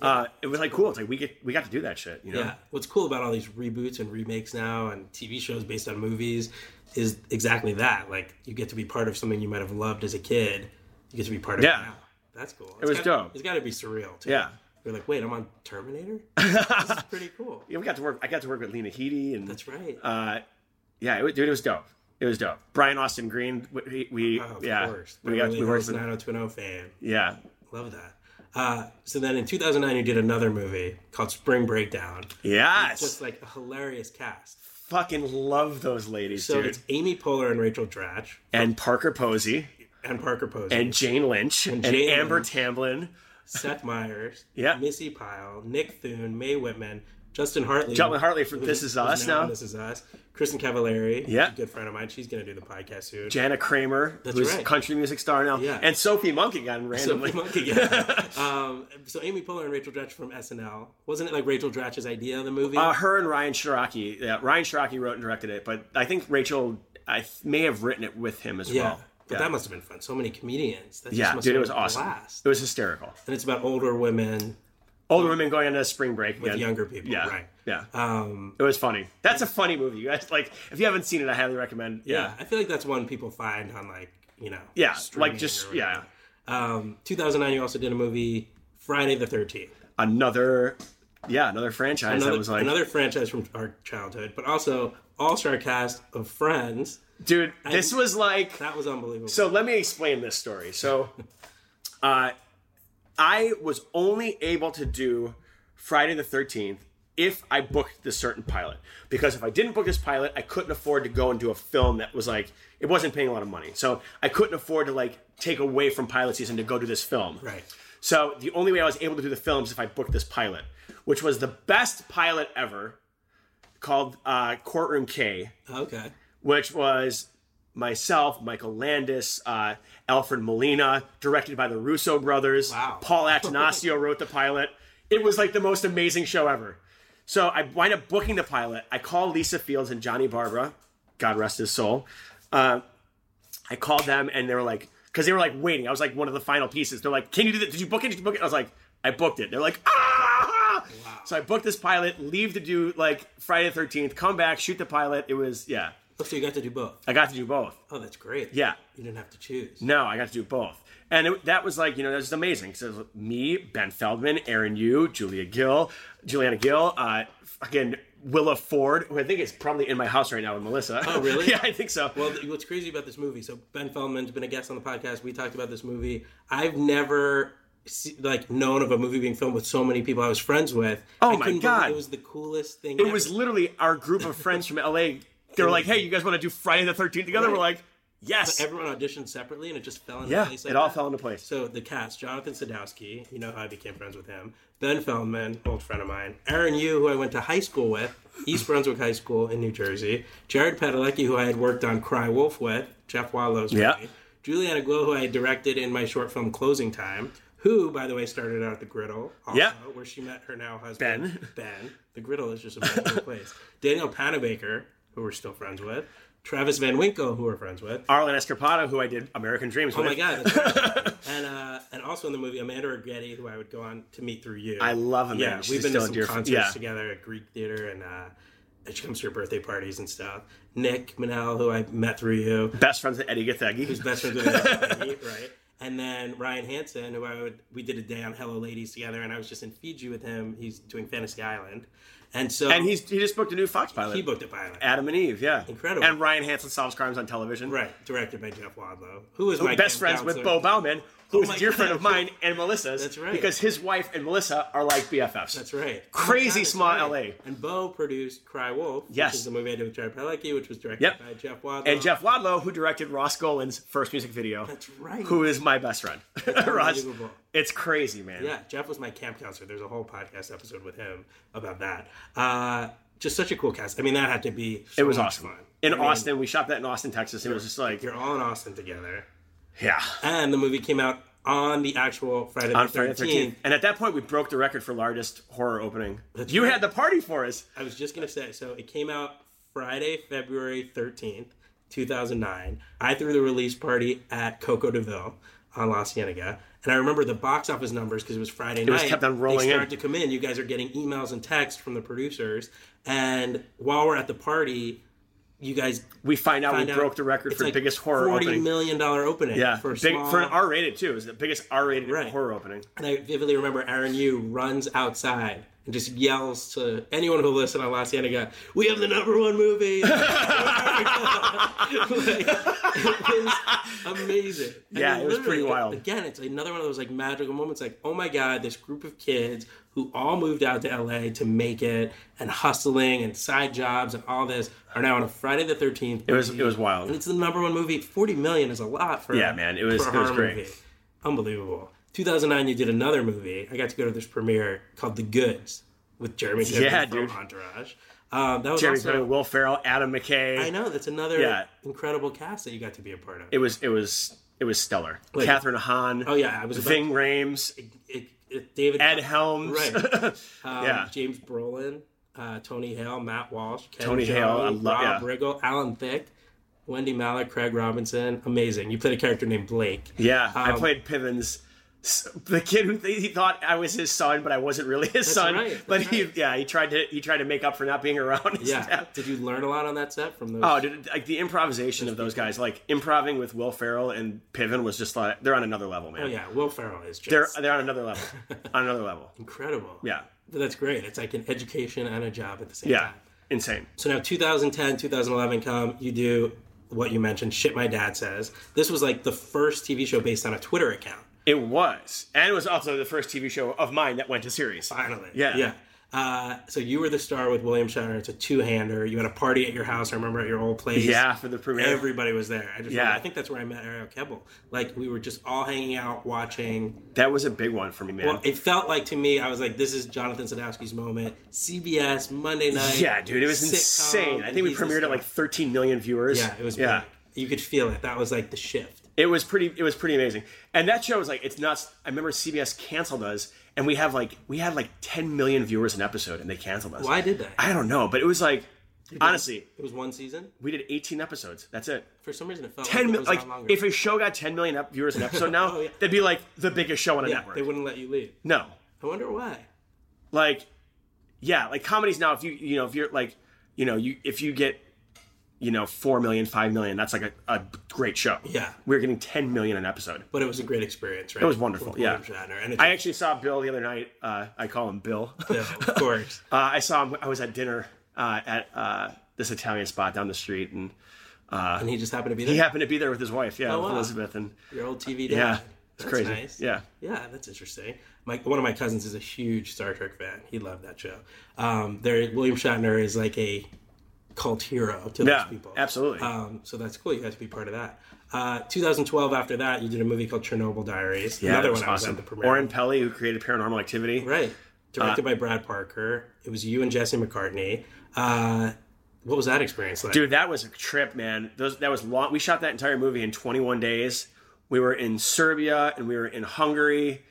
uh, it was like cool. It's like we get we got to do that shit. You know?
Yeah. What's cool about all these reboots and remakes now and TV shows based on movies is exactly that. Like you get to be part of something you might have loved as a kid. You get to be part of
Yeah.
it now. That's cool. It
was
gotta,
dope.
It's got to be surreal too.
Yeah.
You're like, wait, I'm on Terminator. this is pretty cool.
Yeah, we got to work. I got to work with Lena Headey, and
That's right.
uh, yeah, it, wa- dude, it was dope. It was dope. Brian Austin Green, we, we
Oh, of
yeah,
course.
we got
Beverly
we worked
Hills
with,
90210 fan.
yeah,
Love that. Uh, so then in 2009, you did another movie called Spring Breakdown.
yes,
Just like a hilarious cast.
fucking love those ladies,
So
dude.
it's Amy Poehler and Rachel Dratch
And Parker Posey
and Parker Posey
and Jane Lynch and,
Jane
Amber
Lynch.
Tamblyn.
Seth Meyers,
Yeah.
Missy Pyle, Nick Thune, Mae Whitman, Justin Hartley.
Justin Hartley from This Is
who's
Us now.
on This Is Us. Kristen Cavallari, who's
Yeah.
a good friend of mine. She's going to do the podcast soon.
Jana Kramer,
That's
who's a
right.
country music star now,
Yeah.
and Sophie Monkigan
so,
randomly.
monkey, yeah. um, so Amy Poehler and Rachel Dratch from SNL. Wasn't it like Rachel Dratch's idea of the movie?
Uh, her and Ryan Shiraki. Yeah, Ryan Shiraki wrote and directed it, but I think Rachel I th- may have written it with him as
yeah.
well.
But
yeah,
that must have been fun. So many comedians. That just
yeah
must
dude,
have
it was
been a
awesome.
blast.
It was hysterical.
And it's about older women
Older women going on a spring break
with
again.
younger people.
Yeah,
Right.
yeah.
Um,
it was funny. That's a funny movie, you guys. Like, if you haven't seen it, I highly recommend.
yeah. I feel like that's one people find on like, you know.
yeah,
streaming
like just
or whatever.
yeah,
Um, 2009, you also did a movie, Friday the 13th.
another yeah another franchise
Another,
that was like
another franchise from our childhood, but also all star cast of Friends.
dude. This was like
That was unbelievable.
So let me explain this story. So, uh, I was only able to do Friday the 13th if I booked this certain pilot. Because if I didn't book this pilot, I couldn't afford to go and do a film that was like, it wasn't paying a lot of money. So I couldn't afford to like take away from pilot season to go do this film.
Right.
So the only way I was able to do the films if I booked this pilot, which was the best pilot ever called uh, Courtroom K
Okay.
which was myself, Michael Landis, uh, Alfred Molina, directed by the Russo brothers.
Wow.
Paul Atanasio wrote the pilot. It was like the most amazing show ever. So I wind up booking the pilot. I call Lisa Fields and Johnny Barbara, God rest his soul. Uh, I called them and they were like, because they were like waiting. I was like one of the final pieces. They're like, can you do that? Did you book it? Did you book it? I was like, I booked it. They're like, ah! So I booked this pilot, leave to do like Friday the 13th, come back, shoot the pilot. It was, yeah.
Oh, so you got to do both.
I got to do both.
Oh, that's great.
Yeah.
You didn't have to choose.
No, I got to do both. And it, that was like, you know, that was amazing. So me, Ben Feldman, Aaron Yu, Julia Gill, Juliana Gill, uh, fucking Willa Ford, who I think is probably in my house right now with Melissa.
Oh, really?
yeah, I think so.
Well, th- what's crazy about this movie? So Ben Feldman's been a guest on the podcast. We talked about this movie. I've never se- like known of a movie being filmed with so many people I was friends with.
Oh
I
my
couldn't believe
God.
It was the coolest thing.
it was literally our group of friends from LA. They were like, hey, you guys want to do Friday the 13th together? We're like, yes.
everyone auditioned separately, and it just fell into
Yeah,
place.
it
Like
all
that.
fell into place.
So the cast: Jonathan Sadowski, you know how I became friends with him. Ben Feldman, old friend of mine. Aaron Yu, who I went to high school with, East Brunswick High School in New Jersey. Jared Padalecki, who I had worked on Cry Wolf with, Jeff Wallow's
Yeah.
movie. Juliana Glow, who I had directed in my short film Closing Time. Who, by the way, started out at the Griddle, also,
Yeah.
where she met her now husband
Ben.
Ben. The Griddle is just a magical place. Daniel Panabaker, who we're still friends with. Travis Van Winkle, who we're friends with.
Arlen Escarpado, who I did American Dreams
Oh
with.
my god! that's right. and uh, and also in the movie Amanda Rigetti, who I would go on to meet through you.
I love Amanda.
Yeah,
She's
we've been to
still a
some
dear friend.
concerts
Yeah.
together at Greek Theater, and uh, and she comes to your birthday parties and stuff. Nick Manel, who I met through you,
Best friends with Eddie
who's
Gathegi.
best friends with me, right? And then Ryan Hansen, who I would we did a day on Hello Ladies together, and I was just in Fiji with him. He's doing Fantasy Island, and so
And he's, he just booked a new Fox pilot.
he booked a pilot.
Adam and Eve, yeah.
Incredible.
And Ryan Hansen solves crimes on television.
Right, directed by Jeff Wadlow, who is
Who
my
Oh, best
camp
friends with
counselor.
Bo Bauman, who
Oh
is a
my
dear
God.
friend of mine and Melissa's.
That's right.
Because his wife and Melissa are like BFFs.
That's right.
Crazy
Oh my that's
small
right.
LA.
And Bo produced Cry Wolf,
Yes.
which is the movie I did with Jared Padalecki, which was directed
Yep.
by Jeff Wadlow.
And Jeff Wadlow, who directed Ross Golan's first music video.
That's right.
Who is my best friend. Ross.
unbelievable.
It's crazy, man.
Yeah, Jeff was my camp counselor. There's a whole podcast episode with him about that. Uh, just such a cool cast. I mean, that had to be so
It was
much
awesome.
fun.
In
I mean,
Austin, we shot that in Austin, Texas. And it was just like,
You're all in Austin together.
yeah.
And the movie came out on the actual Friday the
On
13th.
Friday the 13th. And at that point, we broke the record for largest horror opening. you
right.
had the party for us.
I was just gonna say, so it came out Friday, February thirteenth, two thousand nine. I threw the release party at Coco Deville on La Cienega, and I remember the box office numbers because it was Friday night.
was kept on rolling
They
in.
started to come in. You guys are getting emails and texts from the producers, and while we're at the party, you guys
We find out
find
we
out
broke the record
it's
for
like
biggest horror
forty
opening.
million dollar opening.
Yeah,
for a
big,
small,
for an R rated too. It was the biggest R rated
Right.
horror opening.
And I vividly remember Aaron Yu runs outside and just yells to anyone who listens on La Cienega, "We have the number one movie!" like, it was amazing. I
Yeah, it was
literally,
pretty wild.
Again, it's another one of those like magical moments. Like, oh my god, this group of kids who all moved out to LA to make it and hustling and side jobs and all this are now on a Friday the Thirteenth.
It was it was wild.
And it's the number one movie. Forty million is a lot for
Yeah, man, it was-
for a
it was
horror
great.
movie. Unbelievable. 2009, you did another movie. I got to go to this premiere called The Goods with Jeremy Piven
Yeah,
from
dude.
Entourage. Um, that was
Jeremy
also.
Piven, Will Ferrell, Adam McKay.
I know that's another
Yeah.
incredible cast that you got to be a part of.
It was it was it was stellar.
Wait.
Catherine Hahn.
oh yeah, I was about,
Ving Rhames,
it, it- David
Ed Helms.
right? Um,
Yeah.
James Brolin, uh, Tony Hale, Matt Walsh, Ken
Tony
Jeong,
Hale, I
Rob
love- yeah.
Riggle, Alan Thicke, Wendy Malick, Craig Robinson. Amazing. You played a character named Blake.
Yeah, I
Um,
played Piven's s- the kid who th- he thought I was his son, but I wasn't really his son.
right, that's
but he,
right.
yeah, he tried to he tried to make up for not being around. his
Yeah.
dad.
Did you learn a lot on that set from those?
Oh, dude, like the improvisation of those guys, like improving with Will Ferrell and Piven was just like they're on another level, man.
Oh, yeah, Will Ferrell is just
They're they're on another level, on another level.
incredible.
Yeah,
But that's great. It's like an education and a job at the same
yeah,
time.
insane.
So now 2010, 2011 come, you do what you mentioned, Shit My Dad Says. This was like the first TV show based on a Twitter account,
It was, and it was also the first TV show of mine that went to series.
finally.
Yeah.
Yeah. Uh, so you were the star with William Shatner. It's a two-hander. You had a party at your house. I remember at your old place.
Yeah, for the premiere.
Everybody was there. I just
Yeah.
remember- I think that's where I met Ariel Kebble. Like we were just all hanging out, watching
that was a big one for me, man.
Well, it felt like to me, I was like, this is Jonathan Sadowski's moment. CBS, Monday night.
yeah, dude, it was
sitcom,
insane. I
and
think we
he's the
premiered at
star.
like 13 million viewers.
Yeah, it was.
Yeah,
Yeah. You could feel it. That was like the shift.
it was pretty it was pretty amazing and that show was like it's nuts i remember cbs canceled us and we have like we had like 10 million viewers an episode and they canceled us
Why did they?
i don't know but it was like honestly
It was one season.
we did 18 episodes that's it
For some reason, it felt
10
like it
mi-
was
like
not longer.
if a show got 10 million up viewers an episode now
Oh, yeah.
that'd be like the biggest show on a
yeah,
network
they wouldn't let you leave.
no
I wonder why.
like yeah like comedies now if you you know if you're like you know you if you get you know 4 million 5 million that's like a, a great show
Yeah.
we're getting 10 million an episode
But it was a great experience, right?
It was wonderful,
With
yeah.
William Shatner. And it's,
I actually saw Bill the other night. Uh, I call him Bill.
Yeah, of course.
Uh, I saw him. I was at dinner uh, at uh, this Italian spot down the street, and
and he just happened to be there.
he happened to be there with his wife, yeah,
Oh,
with
wow.
Elizabeth, and
Your old TV dad.
yeah, it's
That's
crazy.
Nice.
Yeah,
Yeah, that's interesting. My one of my cousins is a huge Star Trek fan. He loved that show. Um, there, William Shatner is like a cult hero to
yeah,
those people.
absolutely.
Um, so that's cool. You got to be part of that. Uh, 2012. After that, you did a movie called Chernobyl Diaries.
yeah,
another
it was
one I was
awesome.
at the premiere.
Oren uh, Pelly, who created Paranormal Activity.
right, directed by Brad Parker. It was you and Jesse McCartney. Uh, what was that experience like?
Dude, that was a trip, man. Those that was long. We shot that entire movie in 21 days. We were in Serbia and we were in Hungary,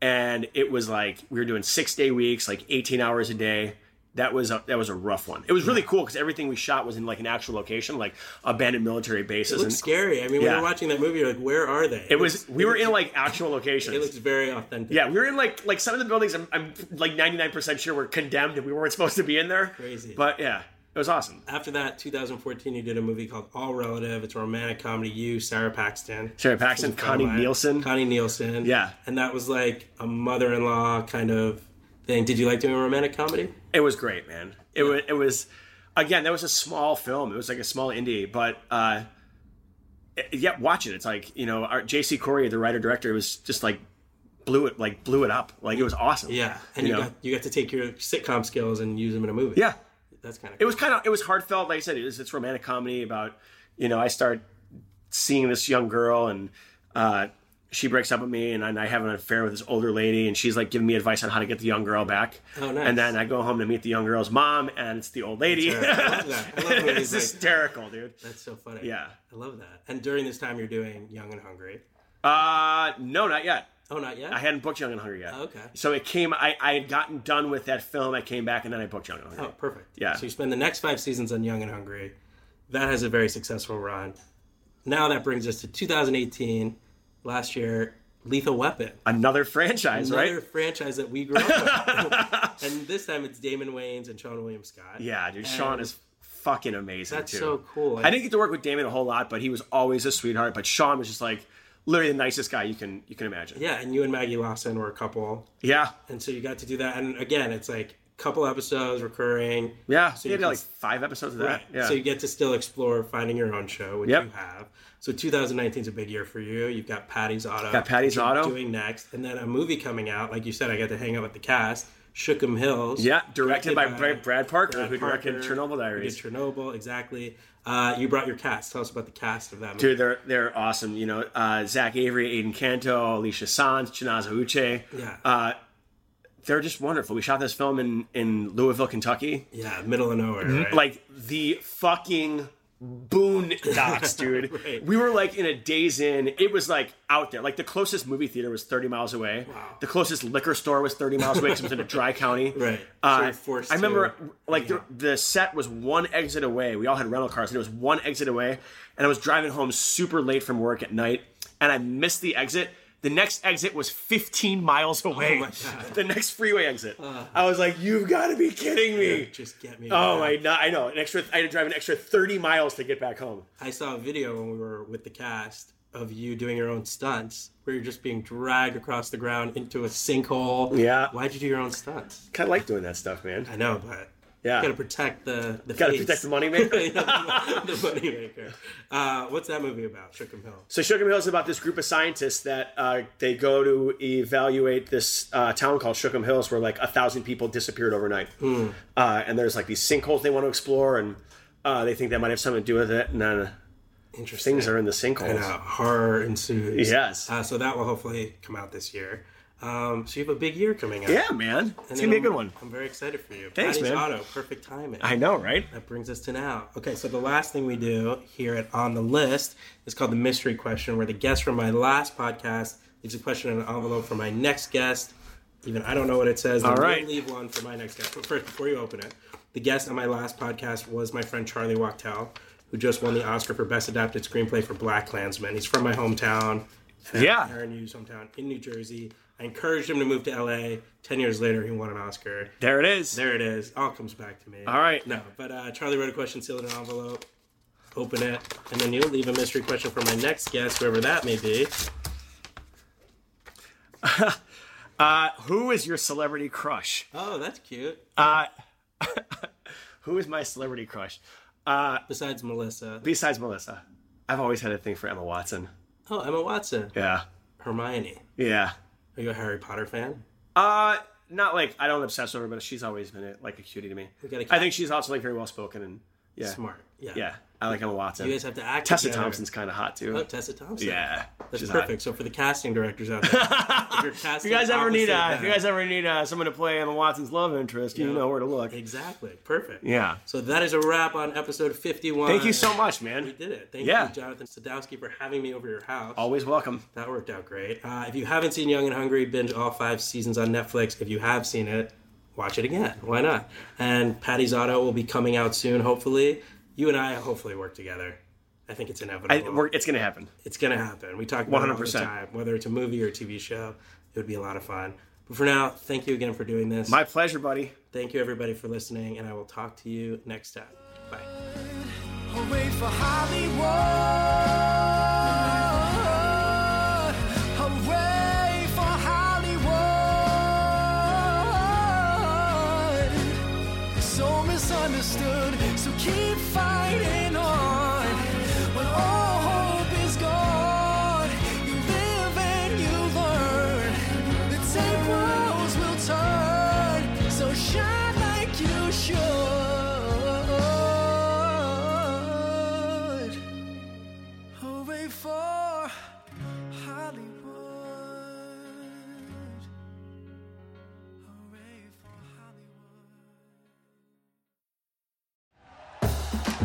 and it was like we were doing six day weeks, like 18 hours a day. That was a that was a rough one. It was really cool because everything we shot was in like an actual location, like abandoned military bases.
it
and
looks scary. I mean, when
Yeah.
you're watching that movie, you're like, where are they?
It was we were in like actual locations.
It looks very authentic.
yeah, we were in like like some of the buildings. I'm, I'm like 99% sure were condemned and we weren't supposed to be in there.
Crazy.
But yeah, it was awesome.
After that, 2014, you did a movie called All Relative. It's a romantic comedy. You, Sarah Paxton.
Sarah Paxton,
She's a friend
Connie
of mine.
Nielsen.
Connie Nielsen.
Yeah.
And that was like a mother in law kind of thing. Did you like doing a romantic comedy?
It was great, man. It was it was again, that was a small film. It was like a small indie, but uh it- yeah, watch it. It's like, you know, our JC Corey, the writer director, was just like blew it like blew it up. Like it was awesome.
Yeah. And you,
know?
got you got to take your sitcom skills and use them in a movie.
Yeah.
That's kind of
It was kind of it was heartfelt, like I said, it was it's romantic comedy about, you know, I start seeing this young girl and uh she breaks up with me and I I have an affair with this older lady and she's like giving me advice on how to get the young girl back.
Oh, nice.
And then I go home to meet the young girl's mom and it's the old lady.
That's right. I love that. I love movies
it's
like-
hysterical, dude.
That's so funny.
Yeah.
I love that. And during this time, you're doing Young and Hungry.
Uh no, not yet.
Oh, not yet?
I hadn't booked Young and Hungry yet.
Oh, okay.
So it came I, I had gotten done with that film, I came back and then I booked Young and Hungry.
Oh, perfect.
Yeah.
So you spend the next five seasons on Young and Hungry. That has a very successful run. Now that brings us to 2018, last year, Lethal Weapon.
Another franchise,
Another
right?
franchise that we grew up with. and this time it's Damon Wayans and Sean William Scott.
Yeah, dude. Sean
And
is fucking amazing
That's
too.
so cool.
I didn't get to work with Damon a whole lot, but he was always a sweetheart. But Sean was just like literally the nicest guy you can you can imagine.
Yeah, and you and Maggie Lawson were a couple.
Yeah.
And so you got to do that. And again, it's like couple episodes recurring.
Yeah,
So
so you
you
had
can-
like five episodes of that.
Right.
Yeah.
So you get to still explore finding your own show, which
Yep.
you have. So 2019 is a big year for you. You've got Patty's Auto.
Got Patty's
which you're
Auto.
doing next, and then a movie coming out. Like you said, I got to hang out with the cast. Shook 'em Hills.
Yeah, directed by Brad- Brad Parker, who directed Chernobyl
who did
Diaries.
Chernobyl, exactly. Uh, you brought your cast. Tell us about the cast of that.
Dude, they're they're awesome. You know, uh, Zach Avery, Aiden Canto, Alicia Sanz, Chinaza Uche.
Yeah.
Uh, they're just wonderful. We shot this film in in Louisville, Kentucky.
yeah, middle of nowhere. Right?
Like the fucking boondocks, dude.
Right.
We were like in a days in. It was like out there. Like the closest movie theater was 30 miles away. Wow. The closest liquor store was 30 miles away because it was in a dry county.
Right. So
Uh,
you're forced
I remember
to-
like the, the set was one exit away. We all had rental cars and it was one exit away. And I was driving home super late from work at night and I missed the exit. The next exit was 15 miles away.
Oh my God. Uh.
The next freeway exit. I was like, you've got to be kidding me.
just get me.
Oh
back.
my! No, I know. An extra. I had to drive an extra thirty miles to get back home.
I saw a video when we were with the cast of you doing your own stunts, where you're just being dragged across the ground into a sinkhole.
Yeah.
Why'd you do your own stunts?
Kind of like doing that stuff, man.
I know, but
Yeah.
you gotta protect the the
Got to
face.
protect the moneymaker.
You know, the moneymaker. Uh, what's that movie about? Shook 'em Hill.
so Sugar Hill is about this group of scientists that uh, they go to evaluate this uh, town called Shookum Hills, where like a thousand people disappeared overnight. Uh, and there's like these sinkholes they want to explore, and uh, they think that might have something to do with it. And then
Interesting.
things are in the
And,
sinkholes.
uh, horror ensues.
Yes.
Uh, so that will hopefully come out this year. Um, so you have a big year coming up.
Yeah, man. It's
And
gonna be a
I'm-
good one.
I'm very excited for you.
Thanks,
Patty's
man.
Auto, perfect timing.
I know, right?
That brings us to now. Okay, so the last thing we do here at On the List is called the mystery question, where the guest from my last podcast leaves a question in an envelope for my next guest. Even I don't know what it says. All
right.
leave one for my next guest. But first, before you open it, the guest on my last podcast was my friend Charlie Wachtel, who just won the Oscar for Best Adapted Screenplay for Black Klansman. He's from my hometown.
Yeah.
Aaron Hughes' hometown in New Jersey. I encouraged him to move to LA. Ten years later, he won an Oscar.
There it is.
There it is. All comes back to me.
All right.
No, but uh, Charlie wrote a question sealed in an envelope. Open it, and then you'll leave a mystery question for my next guest, whoever that may be.
Uh, who is your celebrity crush?
Oh, that's cute.
Uh, who is my celebrity crush? Uh,
Besides Melissa.
besides Melissa, I've always had a thing for Emma Watson.
Oh, Emma Watson.
Yeah.
Hermione.
Yeah.
Are you a Harry Potter fan?
Uh, not like I don't obsess over her, but she's always been a, like a cutie to me.
got a cat.
I think she's also like very well spoken and yeah,
Smart. Yeah.
yeah. I like Emma Watson.
You guys have to act.
Tessa
together.
Thompson's kind of hot too.
Oh, Tessa Thompson.
yeah,
That's
she's
perfect. So for the casting directors out there, if, you're
Hot. If
casting
you guys ever need
opposite
uh, if
them-
you guys ever need uh, someone to play Emma Watson's love interest, you know where to look.
exactly perfect.
Yeah.
So that is a wrap on episode fifty-one.
Thank you so much,
We
man.
did it. Thank
Yeah.
you, Jonathan Sadowski, for having me over your house.
Always welcome.
That worked out great. Uh, if you haven't seen Young and Hungry, binge all five seasons on Netflix. If you have seen it, watch it again. Why not? And Patty's Auto will be coming out soon, hopefully. You and I hopefully work together. I think it's
I,
inevitable.
we're, it's gonna happen.
it's going to happen. We talk about it all the
100%.
time, whether it's a movie or a TV show. It would be a lot of fun. But for now, thank you again for doing this.
My pleasure, buddy.
thank you, everybody, for listening, and I will talk to you next time. Bye.
I'll wait for Hollywood. I'll wait for Hollywood. So misunderstood, so keep fighting on. When all hope is gone, you live and you learn. The tables will turn, so shine like you should. Hooray for Hollywood. Hooray for Hollywood.